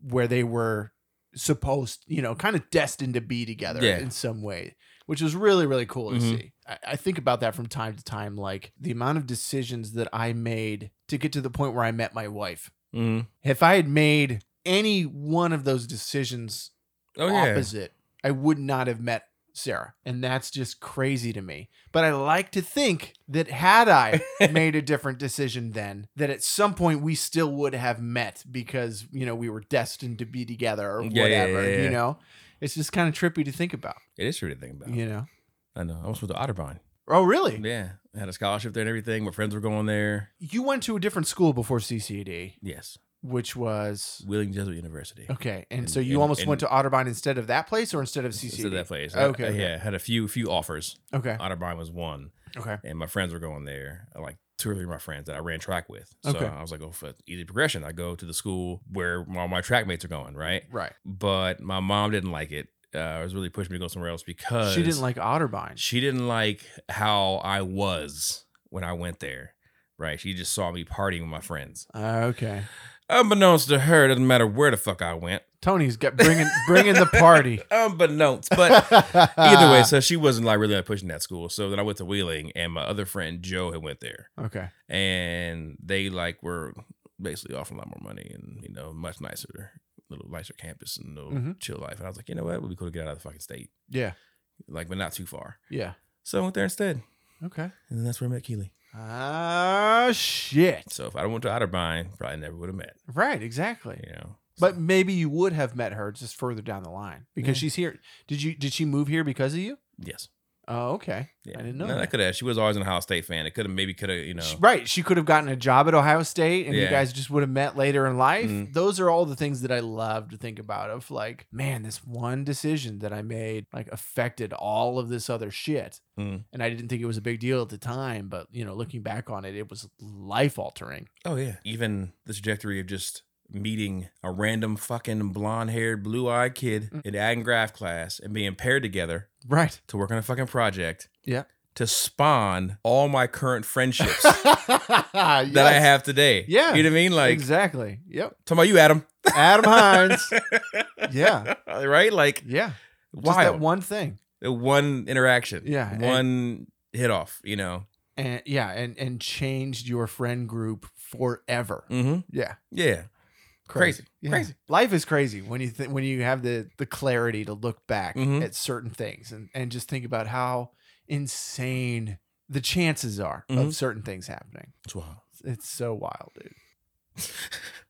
B: where they were supposed, you know, kind of destined to be together
A: Yeah.
B: in some way, which was really, really cool to
A: Mhm.
B: see. I, I think about that from time to time, like the amount of decisions that I made to get to the point where I met my wife.
A: hmm
B: If I had made any one of those decisions
A: Oh yeah,
B: opposite. I would not have met Sarah. And that's just crazy to me. But I like to think that had I made a different decision then, that at some point we still would have met because, you know, we were destined to be together or
A: Yeah, yeah,
B: whatever,
A: yeah, yeah.
B: you know? It's just kind of trippy to think about,
A: it is true to think about.
B: you know?
A: I know. I was with the Otterbein.
B: Oh, really?
A: Yeah, I had a scholarship there and everything. My friends were going there.
B: You went to a different school before CCD,
A: Yes,
B: which was.
A: Wheeling Jesuit University.
B: Okay. And,
A: And-
B: so you
A: and-
B: almost
A: and-
B: went to Otterbein instead of that place or instead of
A: Instead
B: CCD?
A: of that place.
B: Oh, Okay,
A: I- I-
B: okay.
A: yeah, had a few few offers.
B: Okay.
A: Otterbein was one,
B: Okay.
A: and my friends were going there. uh, Like two or three of my friends that I ran track with. So
B: Okay.
A: I was like, oh, for easy progression. I go to the school where all my track mates are going, right?
B: Right.
A: But my mom didn't like it. Uh, it was really pushing me to go somewhere else because
B: She didn't like Otterbein.
A: she didn't like how I was when I went there. Right? She just saw me partying with my friends.
B: Uh, okay.
A: Unbeknownst to her, doesn't matter where the fuck I went.
B: Tony's got bringing bringing the party.
A: Unbeknownst, but either
B: Ah.
A: way, so she wasn't like really pushing that school. So then I went to Wheeling, and my other friend Joe had went there,
B: Ah, okay,
A: and they like were basically offering a lot more money and you know much nicer, little nicer campus and little
B: Mhm.
A: chill life. And I was like, you know what, it would be cool to get out of the fucking state,
B: yeah,
A: like, but not too far.
B: yeah,
A: So I went there instead,
B: okay.
A: and then that's where I met Keely.
B: Ah, shit.
A: So if I went to Otterbein, probably never would have met.
B: Right, exactly.
A: You know,
B: But maybe you would have met her just further down the line because
A: Yeah.
B: she's here. Did you? Did she move here because of you?
A: yes,
B: Oh, okay.
A: yeah,
B: I didn't know
A: No,
B: that.
A: could have. She was always an Ohio State fan. It could have maybe could have you know.
B: Sh- Right. She could have gotten a job at Ohio State, and you
A: Yeah.
B: guys just would have met later in life.
A: Mhm.
B: Those are all the things that I love to think about. Of like, man, this one decision that I made like affected all of this other shit.
A: Mhm.
B: and I didn't think it was a big deal at the time, but you know, looking back on it, it was life altering.
A: Oh yeah. Even the trajectory of just meeting a random fucking blonde haired, blue eyed kid
B: Mm.
A: in ag and graph class and being paired together
B: Right.
A: to work on a fucking project.
B: Yeah.
A: To spawn all my current friendships that
B: that
A: I have today.
B: Yeah.
A: You know what I mean? Like
B: exactly. Yep.
A: talking about you, Adam.
B: Adam Hines. Yeah.
A: right? Like
B: Yeah. Uh, Just
A: why
B: that one thing.
A: one-, interaction.
B: Yeah, and-
A: One hit off, you know.
B: And yeah, and and changed your friend group forever.
A: Mm-hmm.
B: Yeah.
A: Yeah. Crazy.
B: Yeah.
A: Crazy.
B: Life is crazy when you th- when you have the the clarity to look back
A: Mhm.
B: at certain things and and just think about how insane the chances are
A: Mhm.
B: of certain things happening.
A: It's wild.
B: It's so wild, dude.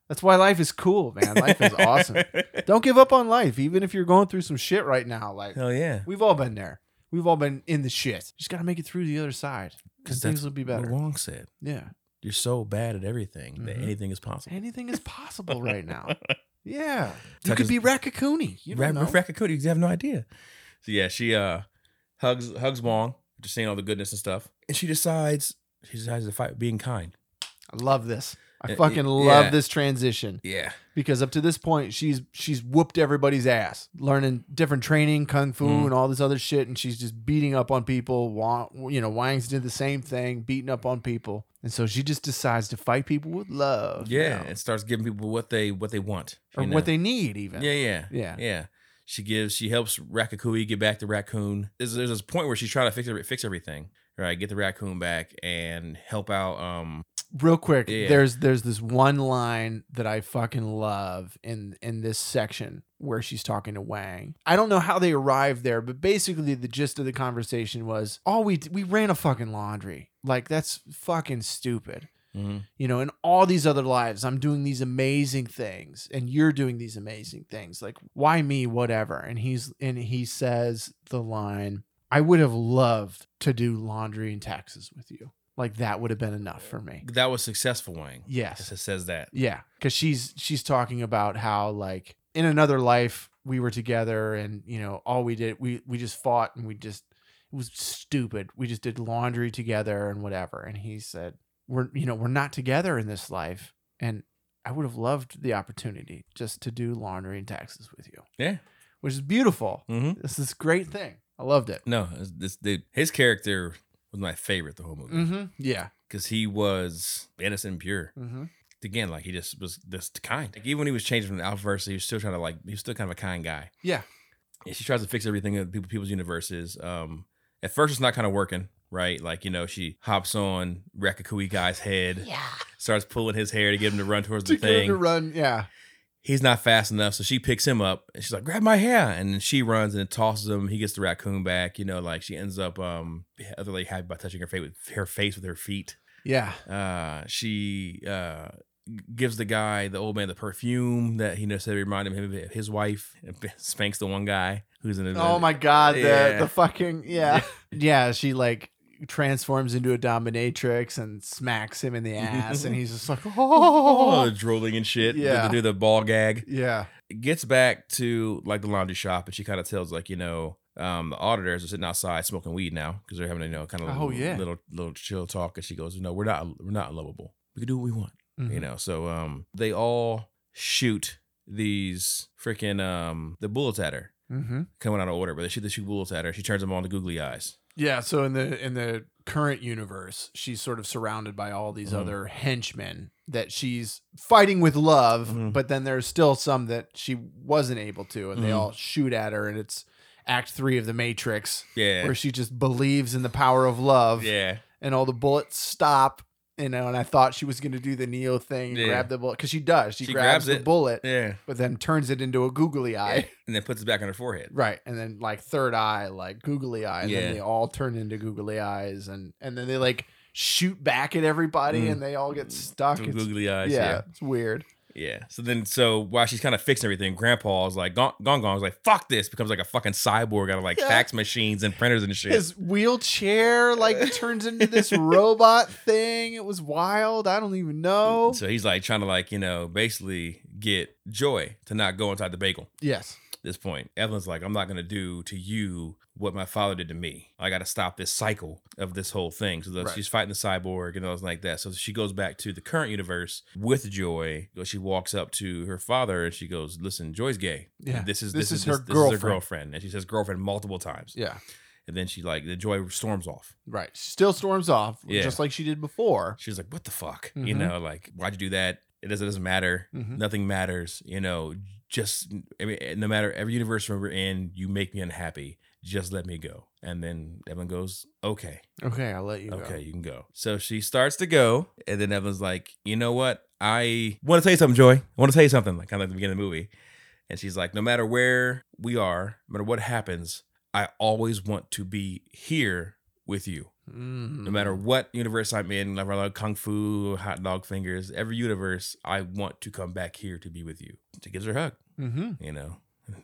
B: That's why life is cool, man. Life is awesome. Don't give up on life, even if you're going through some shit right now. Like
A: Hell yeah.
B: we've all been there. We've all been in the shit. Just gotta make it through the other side.
A: 'Cause
B: and things
A: that's
B: will be
A: What
B: better.
A: Wong said.
B: Yeah.
A: You're so bad at everything that
B: Mhm.
A: anything is possible.
B: Anything is possible right now. Yeah. You
A: Tuck
B: could
A: is-
B: be Rakakuni. You
A: Ra-
B: don't know.
A: Rakakuni, you have no idea. So yeah, she uh hugs hugs Wong, just seeing all the goodness and stuff. And she decides she decides to fight being kind.
B: I love this. I
A: Uh,
B: fucking
A: y-
B: love
A: yeah.
B: this transition
A: Yeah.
B: because up to this point she's she's whooped everybody's ass, learning different training, kung fu,
A: Mhm.
B: and all this other shit, and she's just beating up on people. Wa- You know, Wang's did the same thing, beating up on people, and so she just decides to fight people with love.
A: Yeah.
B: now,
A: And starts giving people what they what they want.
B: Oh, or
A: you know?
B: what they need even.
A: Yeah, yeah.
B: yeah.
A: Yeah. She gives she helps Rakakui get back the raccoon. There's, there's this point where she's trying to fix every- fix everything. Right, get the raccoon back and help out um
B: real quick
A: Yeah.
B: there's there's this one line that i fucking love in in this section where she's talking to wang i don't know how they arrived there but basically the gist of the conversation was all we d- we ran a fucking laundry like that's fucking stupid
A: mhm,
B: you know in all these other lives i'm doing these amazing things and you're doing these amazing things like why me whatever and he's and he says the line i would have loved to do laundry and taxes with you like that would have been enough for me
A: that was successful Wang.
B: Yes.
A: It says that.
B: Yeah, cuz she's she's talking about how like in another life we were together and you know all we did we we just fought and we just it was stupid. We just did laundry together and whatever. And he said, "We're you know, we're not together in this life and I would have loved the opportunity just to do laundry and taxes with you."
A: Yeah.
B: Which is beautiful.
A: Mm-hmm.
B: This is a great thing. I loved it.
A: No, it's- this dude, his character was my favorite the whole movie
B: Mhm. Yeah.
A: because he was innocent and pure.
B: Mhm.
A: Again, like he just was this kind. Like even when he was changing from the Alphaverse, he was still trying to like he was still kind of a kind guy.
B: Yeah.
A: And she tries to fix everything in people people's universes. Um, at first it's not kind of working, right? Like you know, she hops on Rakakui guy's head,
B: Yeah.
A: starts pulling his hair to get him to run towards
B: To
A: the
B: get him
A: thing.
B: to run. Yeah.
A: He's not fast enough, so she picks him up and she's like, "Grab my hair!" And then she runs and tosses him. He gets the raccoon back. You know, like she ends up um, the other lady happy by touching her face with her face with her feet.
B: Yeah.
A: Uh, she uh gives the guy the old man the perfume that he necessarily reminded him of his wife. And spanks the one guy who's in.
B: Oh my god, the
A: Yeah.
B: the fucking yeah. Yeah, she like transforms into a dominatrix and smacks him in the ass and he's just like,
A: Oh,
B: "Oh."
A: drooling and shit.
B: Yeah.
A: Yeah. Do, the ball gag.
B: Yeah.
A: Gets back to like the laundry shop, and she kind of tells like you know um the auditors are sitting outside smoking weed now because they're having you know kind of
B: Oh,
A: little,
B: yeah.
A: little little chill talk, and she goes, no, we're not we're not lovable. We can do what we want,
B: Mm-hmm.
A: you know. So um they all shoot these freaking um the bullets at her
B: Mhm.
A: coming out of order, but they shoot the shoot bullets at her. She turns them on to googly eyes.
B: Yeah, so in the in the current universe, she's sort of surrounded by all these
A: Mhm.
B: other henchmen that she's fighting with love,
A: Mhm.
B: but then there's still some that she wasn't able to and they
A: Mhm.
B: all shoot at her and it's act 3 of the matrix
A: Yeah,
B: where she just believes in the power of love.
A: yeah,
B: and all the bullets stop. You know, and I thought she was going to do the Neo thing,
A: Yeah.
B: grab the bullet because she does. She,
A: She
B: grabs,
A: grabs
B: the
A: it.
B: bullet,
A: yeah.
B: but then turns it into a googly eye,
A: And then puts it back on her forehead.
B: right? And then like third eye, like googly eye, and
A: Yeah.
B: then they all turn into googly eyes, and and then they like shoot back at everybody,
A: Mm.
B: and they all get stuck.
A: Through
B: It's-
A: googly eyes. yeah.
B: yeah, it's weird.
A: Yeah. So then, so while she's kind of fixing everything, Grandpa is like, Gong Gong Gong's like, fuck this, becomes like a fucking cyborg out of like
B: Yeah.
A: fax machines and printers and shit.
B: His wheelchair like turns into this robot thing. It was wild. I don't even know.
A: So he's like trying to like, you know, basically get Joy to not go inside the bagel
B: Yes.
A: at this point. Evelyn's like, I'm not going to do to you what my father did to me. I got to stop this cycle of this whole thing. So the,
B: Right.
A: she's fighting the cyborg and things like that. So she goes back to the current universe with Joy. She walks up to her father and she goes, listen, Joy's gay.
B: Yeah.
A: This is,
B: This
A: this,
B: is
A: is,
B: her
A: this, this is her
B: girlfriend.
A: girlfriend. And she says girlfriend multiple times.
B: Yeah.
A: And then she like the joy storms off.
B: Right. Still storms off,
A: Yeah.
B: just like she did before.
A: She's like, "What the fuck?" You
B: Mhm.
A: know, like, why'd you do that? It doesn't, it doesn't matter.
B: Mhm.
A: Nothing eh, matters. You know, just I mean, no matter every universe we're in, you make me unhappy. just let me go. And then Evelyn goes, okay,
B: Okay, I'll let you
A: okay, you can go. So she starts to go, and then Evelyn's like, you know what? I want to tell you something, Joy. I want to tell you something, like kind of like the beginning of the movie. And she's like, no matter where we are, no matter what happens, I always want to be here with you.
B: go. Mm.
A: No matter what universe I'm in, like, like kung fu, hot dog fingers, every universe, I want to come back here to be with you. She gives her a hug,
B: Mm-hmm.
A: you know.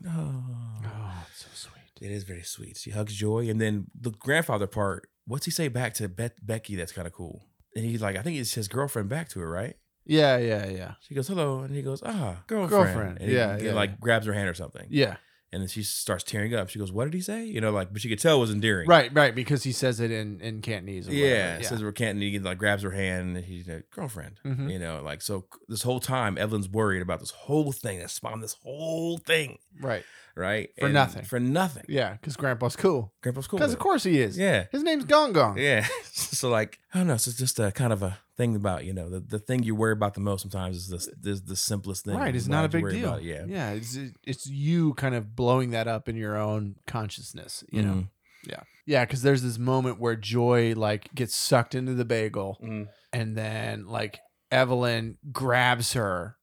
A: Oh.
B: Oh, it's so sweet.
A: It is very sweet. She hugs Joy, and then the grandfather part. What's he say back to Bet Becky? That's kind of cool. And he's like, I think it's his girlfriend back to her, right?
B: Yeah, yeah, yeah.
A: She goes, hello, and he goes, ah, girlfriend.
B: Girlfriend.
A: And he-
B: Yeah,
A: he,
B: yeah,
A: like
B: yeah.
A: grabs her hand or something.
B: Yeah.
A: And then she starts tearing up. She goes, what did he say? You know, like, but she could tell it was endearing.
B: Right, right, because he says it in in Cantonese. Or whatever.
A: Yeah, says we're can't. And he like grabs her hand, and he's like, girlfriend.
B: Mhm.
A: You know, like so. This whole time, Evelyn's worried about this whole thing that spawned this whole thing,
B: right.
A: right?
B: For nothing.
A: For nothing.
B: Yeah, because Grandpa's cool.
A: Grandpa's cool.
B: Because
A: with
B: of
A: it.
B: course he is.
A: Yeah.
B: His name's Gong Gong.
A: Yeah. So like, I don't know. So it's just a kind of a thing about you know the, the thing you worry about the most sometimes is this this the simplest thing.
B: Right, it's
A: Why
B: not a
A: would you
B: big
A: worry
B: deal.
A: about it? Yeah.
B: yeah, it's it's you kind of blowing that up in your own consciousness, you
A: Mm.
B: know.
A: Mm-hmm.
B: Yeah, because there's this moment where Joy like gets sucked into the bagel,
A: Mhm.
B: and then like Evelyn grabs her,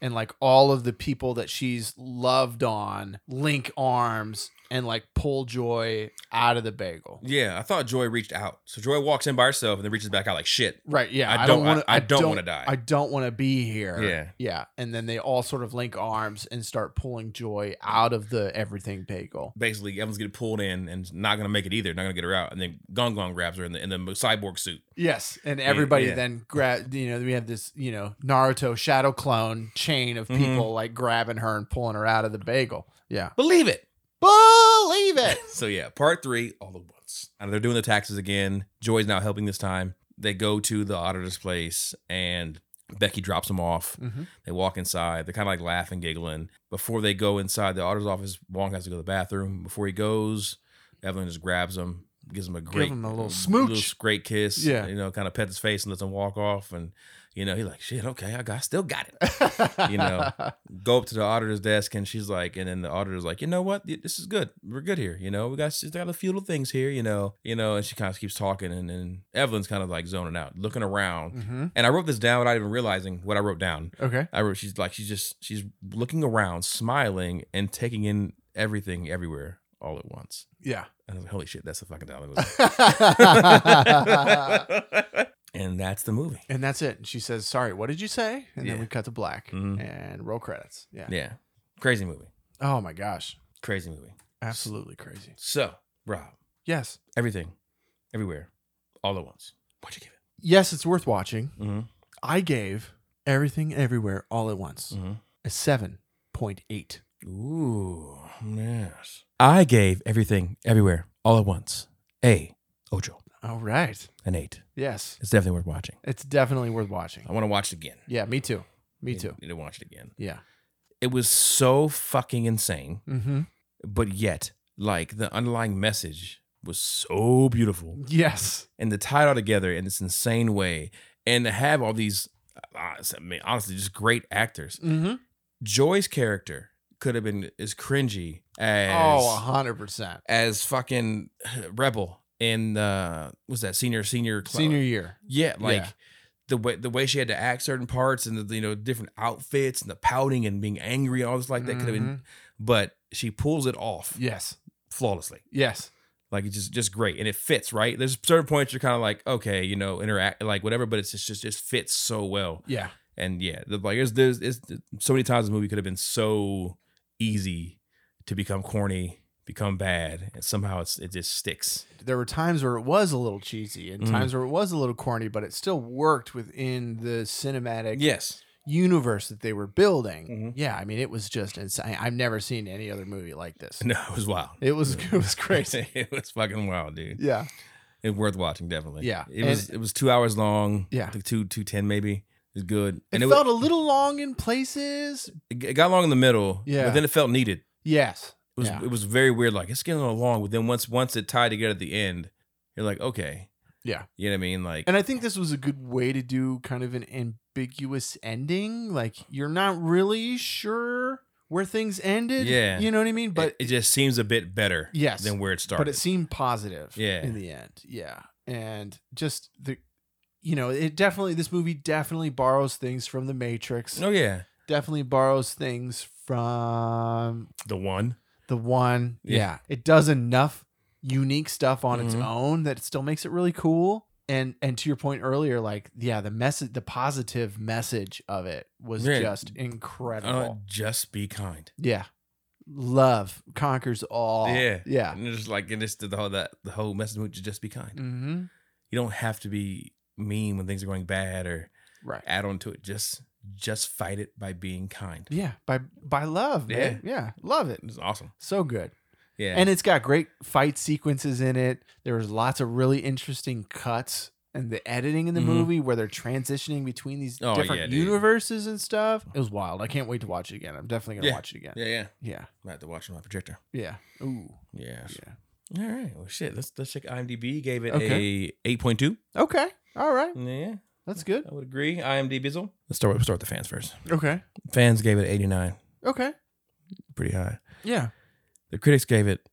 B: and like all of the people that she's loved on link arms and like pull Joy out of the bagel.
A: Yeah. I thought Joy reached out. So Joy walks in by herself and then reaches back out like shit.
B: Right. Yeah.
A: I don't-
B: wanna-
A: I- I don't wanna die.
B: I don't want to be here.
A: Yeah.
B: Yeah. And then they all sort of link arms and start pulling Joy out of the everything bagel.
A: Basically, Evelyn's getting pulled in and not gonna make it either. Not gonna get her out. And then Gong Gong grabs her in the in the cyborg suit.
B: Yes. And everybody
A: yeah.
B: then grab, you know, we have this, you know, Naruto shadow clone chain of
A: Mhm.
B: people like grabbing her and pulling her out of the bagel. Yeah.
A: Believe it.
B: Believe it.
A: so yeah, part three, all at once. And they're doing the taxes again. Joy's now helping this time. They go to the auditor's place and Becky drops them off.
B: Mhm.
A: They walk inside. They're kind of like laughing, giggling. Before they go inside the auditor's office, Wong has to go to the bathroom. Before he goes, Evelyn just grabs him, gives him a great,
B: him a little smooch.
A: great kiss.
B: Yeah.
A: you know, kind of pets his face and lets him walk off. And you know, he's like, "Shit, okay, I got, still got it."
B: Mm-hmm.
A: You know. go up to the auditor's desk and she's like, and then the auditor's like, you know what, this is good. We're good here. You know, we got she's got a few little things here. You know, you know, and she kind of keeps talking, and then Evelyn's kind of like zoning out, looking around.
B: hmm
A: And I wrote this down without even realizing what I wrote down.
B: Okay.
A: I wrote she's like she's just she's looking around, smiling, and taking in everything everywhere all at once.
B: Yeah.
A: And I was like, holy shit, that's the fucking dialogue.
B: and
A: and that's the movie.
B: that's it. She says, Sorry, what did you say? And
A: Yeah.
B: then we cut to black
A: Mhm.
B: and roll credits. Mm-hmm. Yeah.
A: Yeah, crazy movie,
B: Oh my gosh.
A: crazy movie.
B: Absolutely crazy.
A: So Rob,
B: Yes.
A: everything, everywhere, all at once. What'd you give it?
B: Yes, it's worth watching.
A: Mm-hmm.
B: I gave Everything Everywhere All at Once
A: mm-hmm.
B: a 7.8.
A: Ooh, yes. I gave everything, everywhere, all at once. A ocho,
B: All right.
A: an eight.
B: Yes.
A: It's definitely worth watching.
B: It's definitely worth watching.
A: I want to watch it again.
B: Oh. Yeah, me too. Me
A: Need-
B: too.
A: Need to watch it again.
B: Yeah.
A: It was so fucking insane,
B: Mm-hmm.
A: but yet, like the underlying message was so beautiful.
B: Yes.
A: and to tie it all together in this insane way and to have all these uh, I mean, honestly just great actors
B: Mm-hmm.
A: joy's character could have been as cringy as
B: Oh, hundred percent.
A: as fucking rebel in uh was that senior senior cl-
B: Senior year.
A: yeah like
B: Yeah.
A: the way the way she had to act certain parts and the you know different outfits and the pouting and being angry and all this like that could have been
B: Mhm.
A: but she pulls it off
B: Yes.
A: flawlessly
B: Yes.
A: like it's just just great and it fits right there's certain points you're kind of like okay you know interact like whatever but it's just just just fits so well
B: Yeah.
A: and yeah the, like there's there's it's, so many times the movie could have been so easy to become corny become bad and somehow it's it just sticks
B: There were times where it was a little cheesy and
A: Mhm.
B: times where it was a little corny, but it still worked within the cinematic
A: yes
B: universe that they were building.
A: Mhm.
B: Yeah, I mean, it was just insane. I've never seen any other movie like this.
A: no it was wild
B: It was it was crazy.
A: it was fucking wild dude
B: Yeah.
A: it's worth watching definitely
B: Yeah.
A: it was it was two hours long
B: Yeah.
A: like two two ten maybe it was good
B: It
A: it,
B: felt a little long in places.
A: was, it got long in the middle
B: Yeah.
A: but then it felt needed
B: Yes.
A: It was
B: Yeah.
A: it was very weird. Like it's getting along, but then once once it tied together at the end, you're like, okay,
B: Yeah.
A: you know what I mean? Like,
B: And I think this was a good way to do kind of an ambiguous ending. Like you're not really sure where things ended.
A: Yeah.
B: You know what I mean? But
A: But it, it just seems a bit better
B: Yes,
A: than where it started.
B: But it seemed positive
A: Yeah.
B: in the end. Yeah. And just the you know, it definitely this movie definitely borrows things from The Matrix.
A: oh yeah,
B: Definitely borrows things from
A: the one.
B: the one.
A: Yeah.
B: Yeah. It does enough unique stuff on its
A: Mhm.
B: own that it still makes it really cool. And and to your point earlier, like, yeah, the message the positive message of it was
A: Yeah.
B: just
A: Uh,
B: incredible.
A: just be kind.
B: yeah. Love conquers all.
A: Yeah. Mm.
B: Yeah.
A: And it's just like and it's the whole that the whole message was just be kind.
B: Mm-hmm.
A: You don't have to be mean when things are going bad or
B: Right.
A: add on to it. Just just fight it by being kind.
B: Yeah, by by love, man. Yeah, love it.
A: It's awesome.
B: So good,
A: Yeah.
B: and it's got great fight sequences in it. There was lots of really interesting cuts and the editing in the
A: Mhm.
B: movie where they're transitioning between these
A: Oh, yeah,
B: different
A: dude.
B: universes and stuff. It was wild. I can't wait to watch it again. I'm definitely gonna
A: Yeah.
B: watch it again.
A: yeah, yeah.
B: Yeah,
A: I have to watch on my projector.
B: yeah. Ooh,
A: Yeah.
B: yeah.
A: All right. Well, shit. Let's let's check IMDb. Gave it
B: Okay.
A: a eight point two.
B: Okay, all right,
A: Yeah,
B: that's good.
A: I would agree. IMDb bizzle. Let's start with start with the fans first.
B: Okay,
A: Fans gave it eighty nine,
B: okay,
A: pretty high.
B: yeah.
A: The critics gave it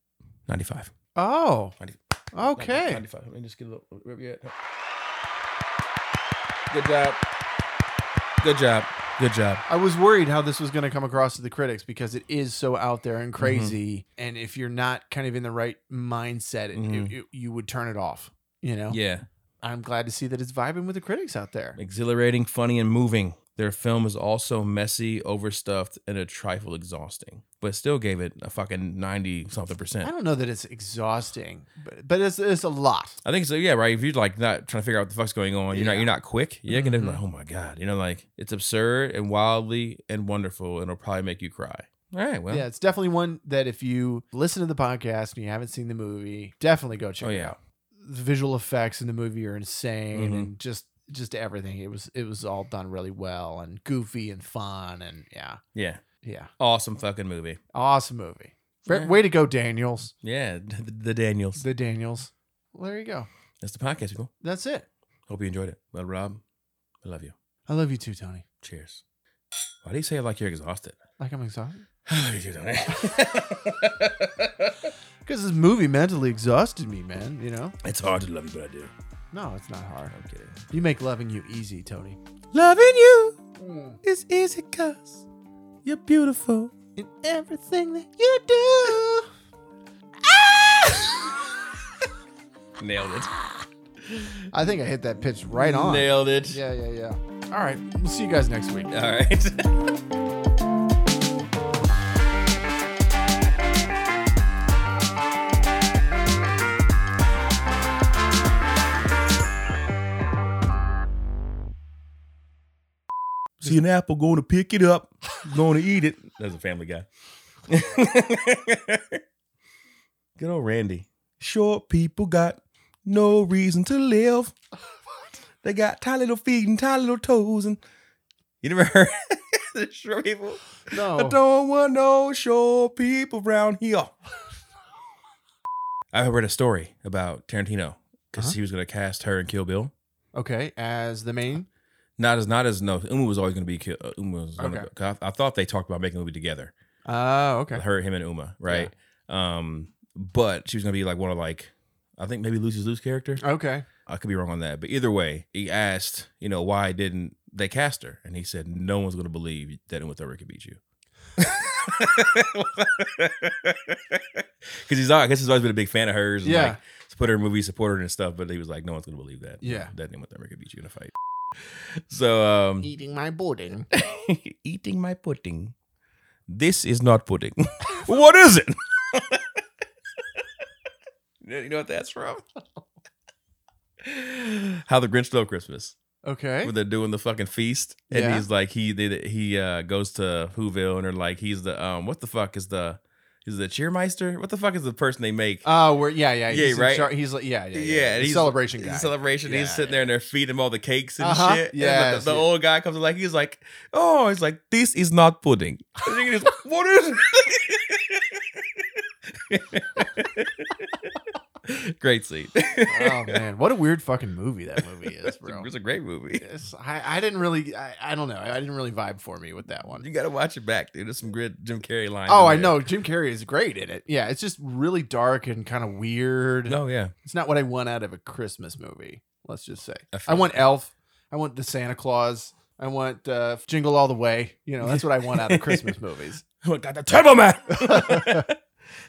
A: ninety five.
B: Oh,
A: I did-
B: okay.
A: ninety five. Let me just get a little. where we at? Good job. Good job. Good job.
B: I was worried how this was going to come across to the critics because it is so out there
A: Mm-hmm.
B: and crazy. And if you're not kind of in the right mindset, it,
A: Mhm.
B: it- it- you would turn it off. You know,
A: Yeah,
B: I'm glad to see that it's vibing with the critics out there.
A: exhilarating, funny, and moving. Their film is also messy, overstuffed, and a trifle exhausting, but still gave it a fucking ninety something percent.
B: I don't know that it's exhausting, but, but it's, it's a lot.
A: I think so. Yeah, right. If you're like not trying to figure out what the fuck's going on, you're not
B: Yeah.
A: you're not quick. Yeah, you can definitely
B: Mhm.
A: like, oh my god, you know, like it's absurd and wildly and wonderful, and it'll probably make you cry. All right, well,
B: yeah, it's definitely one that if you listen to the podcast and you haven't seen the movie, definitely go check
A: oh
B: it
A: yeah,
B: out. The visual effects in the movie are insane
A: Mhm.
B: and just just everything. It was it was all done really well and goofy and fun and yeah.
A: yeah,
B: Yeah.
A: awesome fucking movie.
B: Awesome movie. Re-
A: Yeah.
B: Way to go, Daniels.
A: Yeah, the, the Daniels.
B: The Daniels. Well, there you go.
A: That's the podcast, people.
B: That's it.
A: Hope you enjoyed it. Well, Rob, I love you.
B: I love you too, Tony.
A: Cheers. Why do you say it like you're exhausted?
B: Like I'm exhausted.
A: I love you too, Tony.
B: Because this movie mentally exhausted me, man. You know?
A: it's hard to love you, but I do.
B: No, it's not hard.
A: I'm kidding.
B: You make loving you easy, Tony. Mm.
A: Loving you is easy, cause you're beautiful.
B: In everything that you do.
A: Nailed it.
B: Ah! I think I hit that pitch right on.
A: Nailed it.
B: Yeah, yeah, yeah. All right. We'll see you guys next week.
A: All right. See an apple, going to pick it up, going to eat it. That's a family guy. Good old Randy. Short people got no reason to live. They got tiny little feet and tiny little toes and you never heard the short people? I
B: No.
A: don't want no short people around here. I read a story about Tarantino because
B: Uh-huh.
A: he was going to cast her in Kill Bill.
B: Okay. As the main.
A: Not as not as no. Uma was always going to be Kill. uh, Uma was going to.
B: Okay.
A: I, I thought they talked about making a movie together.
B: Oh, okay.
A: Her, him, and Uma, right? Um, but she was going to be like one of like, I think maybe Lucy's Lou's character.
B: Okay.
A: I could be wrong on that, but either way, he asked, you know, why didn't they cast her? And he said, no one's going to believe that Uma Thurman could beat you. Because he's, I guess he's always been a big fan of hers. And
B: Yeah.
A: Like, put her in movies, support her and stuff, but he was like, no one's going to believe that.
B: Yeah.
A: That Uma Thurman could beat you in a fight. So, um,
B: Eating my pudding.
A: eating my pudding. This is not pudding. what is it? you know what that's from? How the Grinch Stole Christmas.
B: Okay.
A: Where they're doing the fucking feast, and
B: Yeah.
A: he's like, he they, he uh, goes to Whoville, and they're like, he's the um, what the fuck is the, is the cheermeister? What the fuck is the person they make?
B: Oh, we're yeah, yeah,
A: Yeah,
B: he's in
A: right?
B: char- he's like yeah, yeah, yeah.
A: Yeah,
B: The
A: he's-
B: celebration
A: It's
B: guy.
A: a celebration.
B: Yeah,
A: he's sitting there and they're feeding him all the cakes and
B: Uh-huh.
A: shit. Yeah.
B: Yes,
A: The, the
B: yeah.
A: old guy comes in like he's like, oh, he's like, this is not pudding. And you can just, what is it? Great scene.
B: oh man, what a weird fucking movie that movie is,
A: It's
B: bro.
A: a, it's a great movie.
B: It's- I, I didn't really, I, I don't know, I didn't really vibe for me with that one.
A: You got to watch it back, dude. There's some great Jim Carrey lines.
B: Oh, I
A: in there.
B: know. Jim Carrey is great in it. Yeah, it's just really dark and kind of weird.
A: Oh, yeah.
B: It's not what I want out of a Christmas movie. Let's just say
A: I
B: I
A: feel
B: want Elf. I want the Santa Claus. I want uh, Jingle All the Way. You know, that's what I want out of Christmas movies.
A: Oh, got the Turbo Man.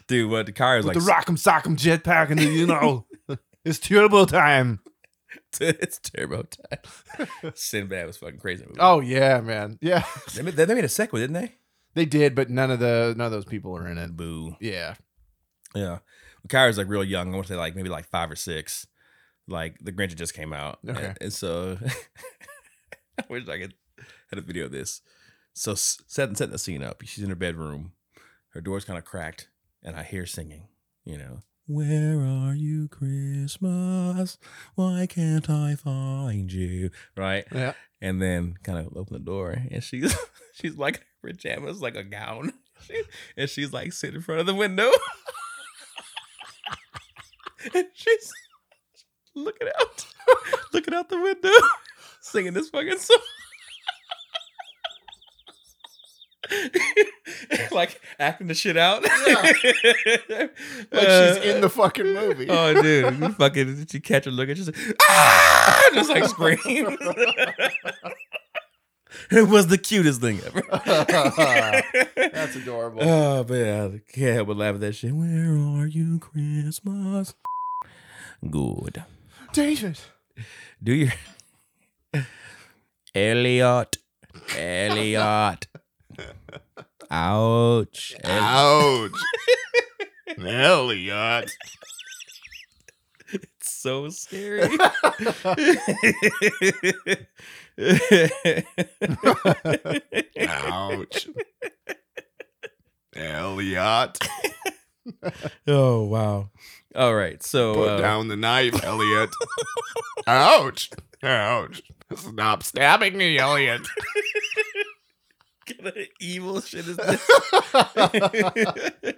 A: dude, what the car is
B: With
A: like.
B: the Rock'em Sock'em jetpack and the, you know, it's turbo time.
A: it's Turbo Time. Sinbad was fucking crazy. in that movie.
B: Oh yeah, man. Yeah,
A: They made, they made a sequel, didn't they?
B: they did, but none of the none of those people are in it.
A: Boo.
B: Yeah,
A: Yeah. Kyra's like real young. I want to say like maybe like five or six. Like the Grinch just came out.
B: Okay.
A: And, and so I wish I could had a video of this. So s- setting setting the scene up. She's in her bedroom. Her door's kind of cracked, and I hear singing. You know, where are you, Christmas? Why can't I find you? Right.
B: yeah.
A: and then kind of open the door and she's she's like in her pajamas like a gown and she's like sitting in front of the window and she's looking out looking out the window singing this fucking song like acting the shit out
B: Yeah. Like she's in the fucking movie.
A: Oh, dude, you fucking did you catch her looking? She's like, ah, just like scream. it was the cutest thing ever.
B: that's adorable.
A: oh man, I can't help but laugh at that shit. Where are you, Christmas? Good.
B: David.
A: Do your Elliot, Elliot. Ouch.
B: Ouch. Elliot.
A: It's so scary.
B: Ouch. Elliot.
A: oh wow! All right,
B: Oh,
A: so
C: Put
A: uh,
C: down the knife, Elliot. Ouch. Ouch. Stop stabbing me, Elliot.
A: kind of evil shit is this?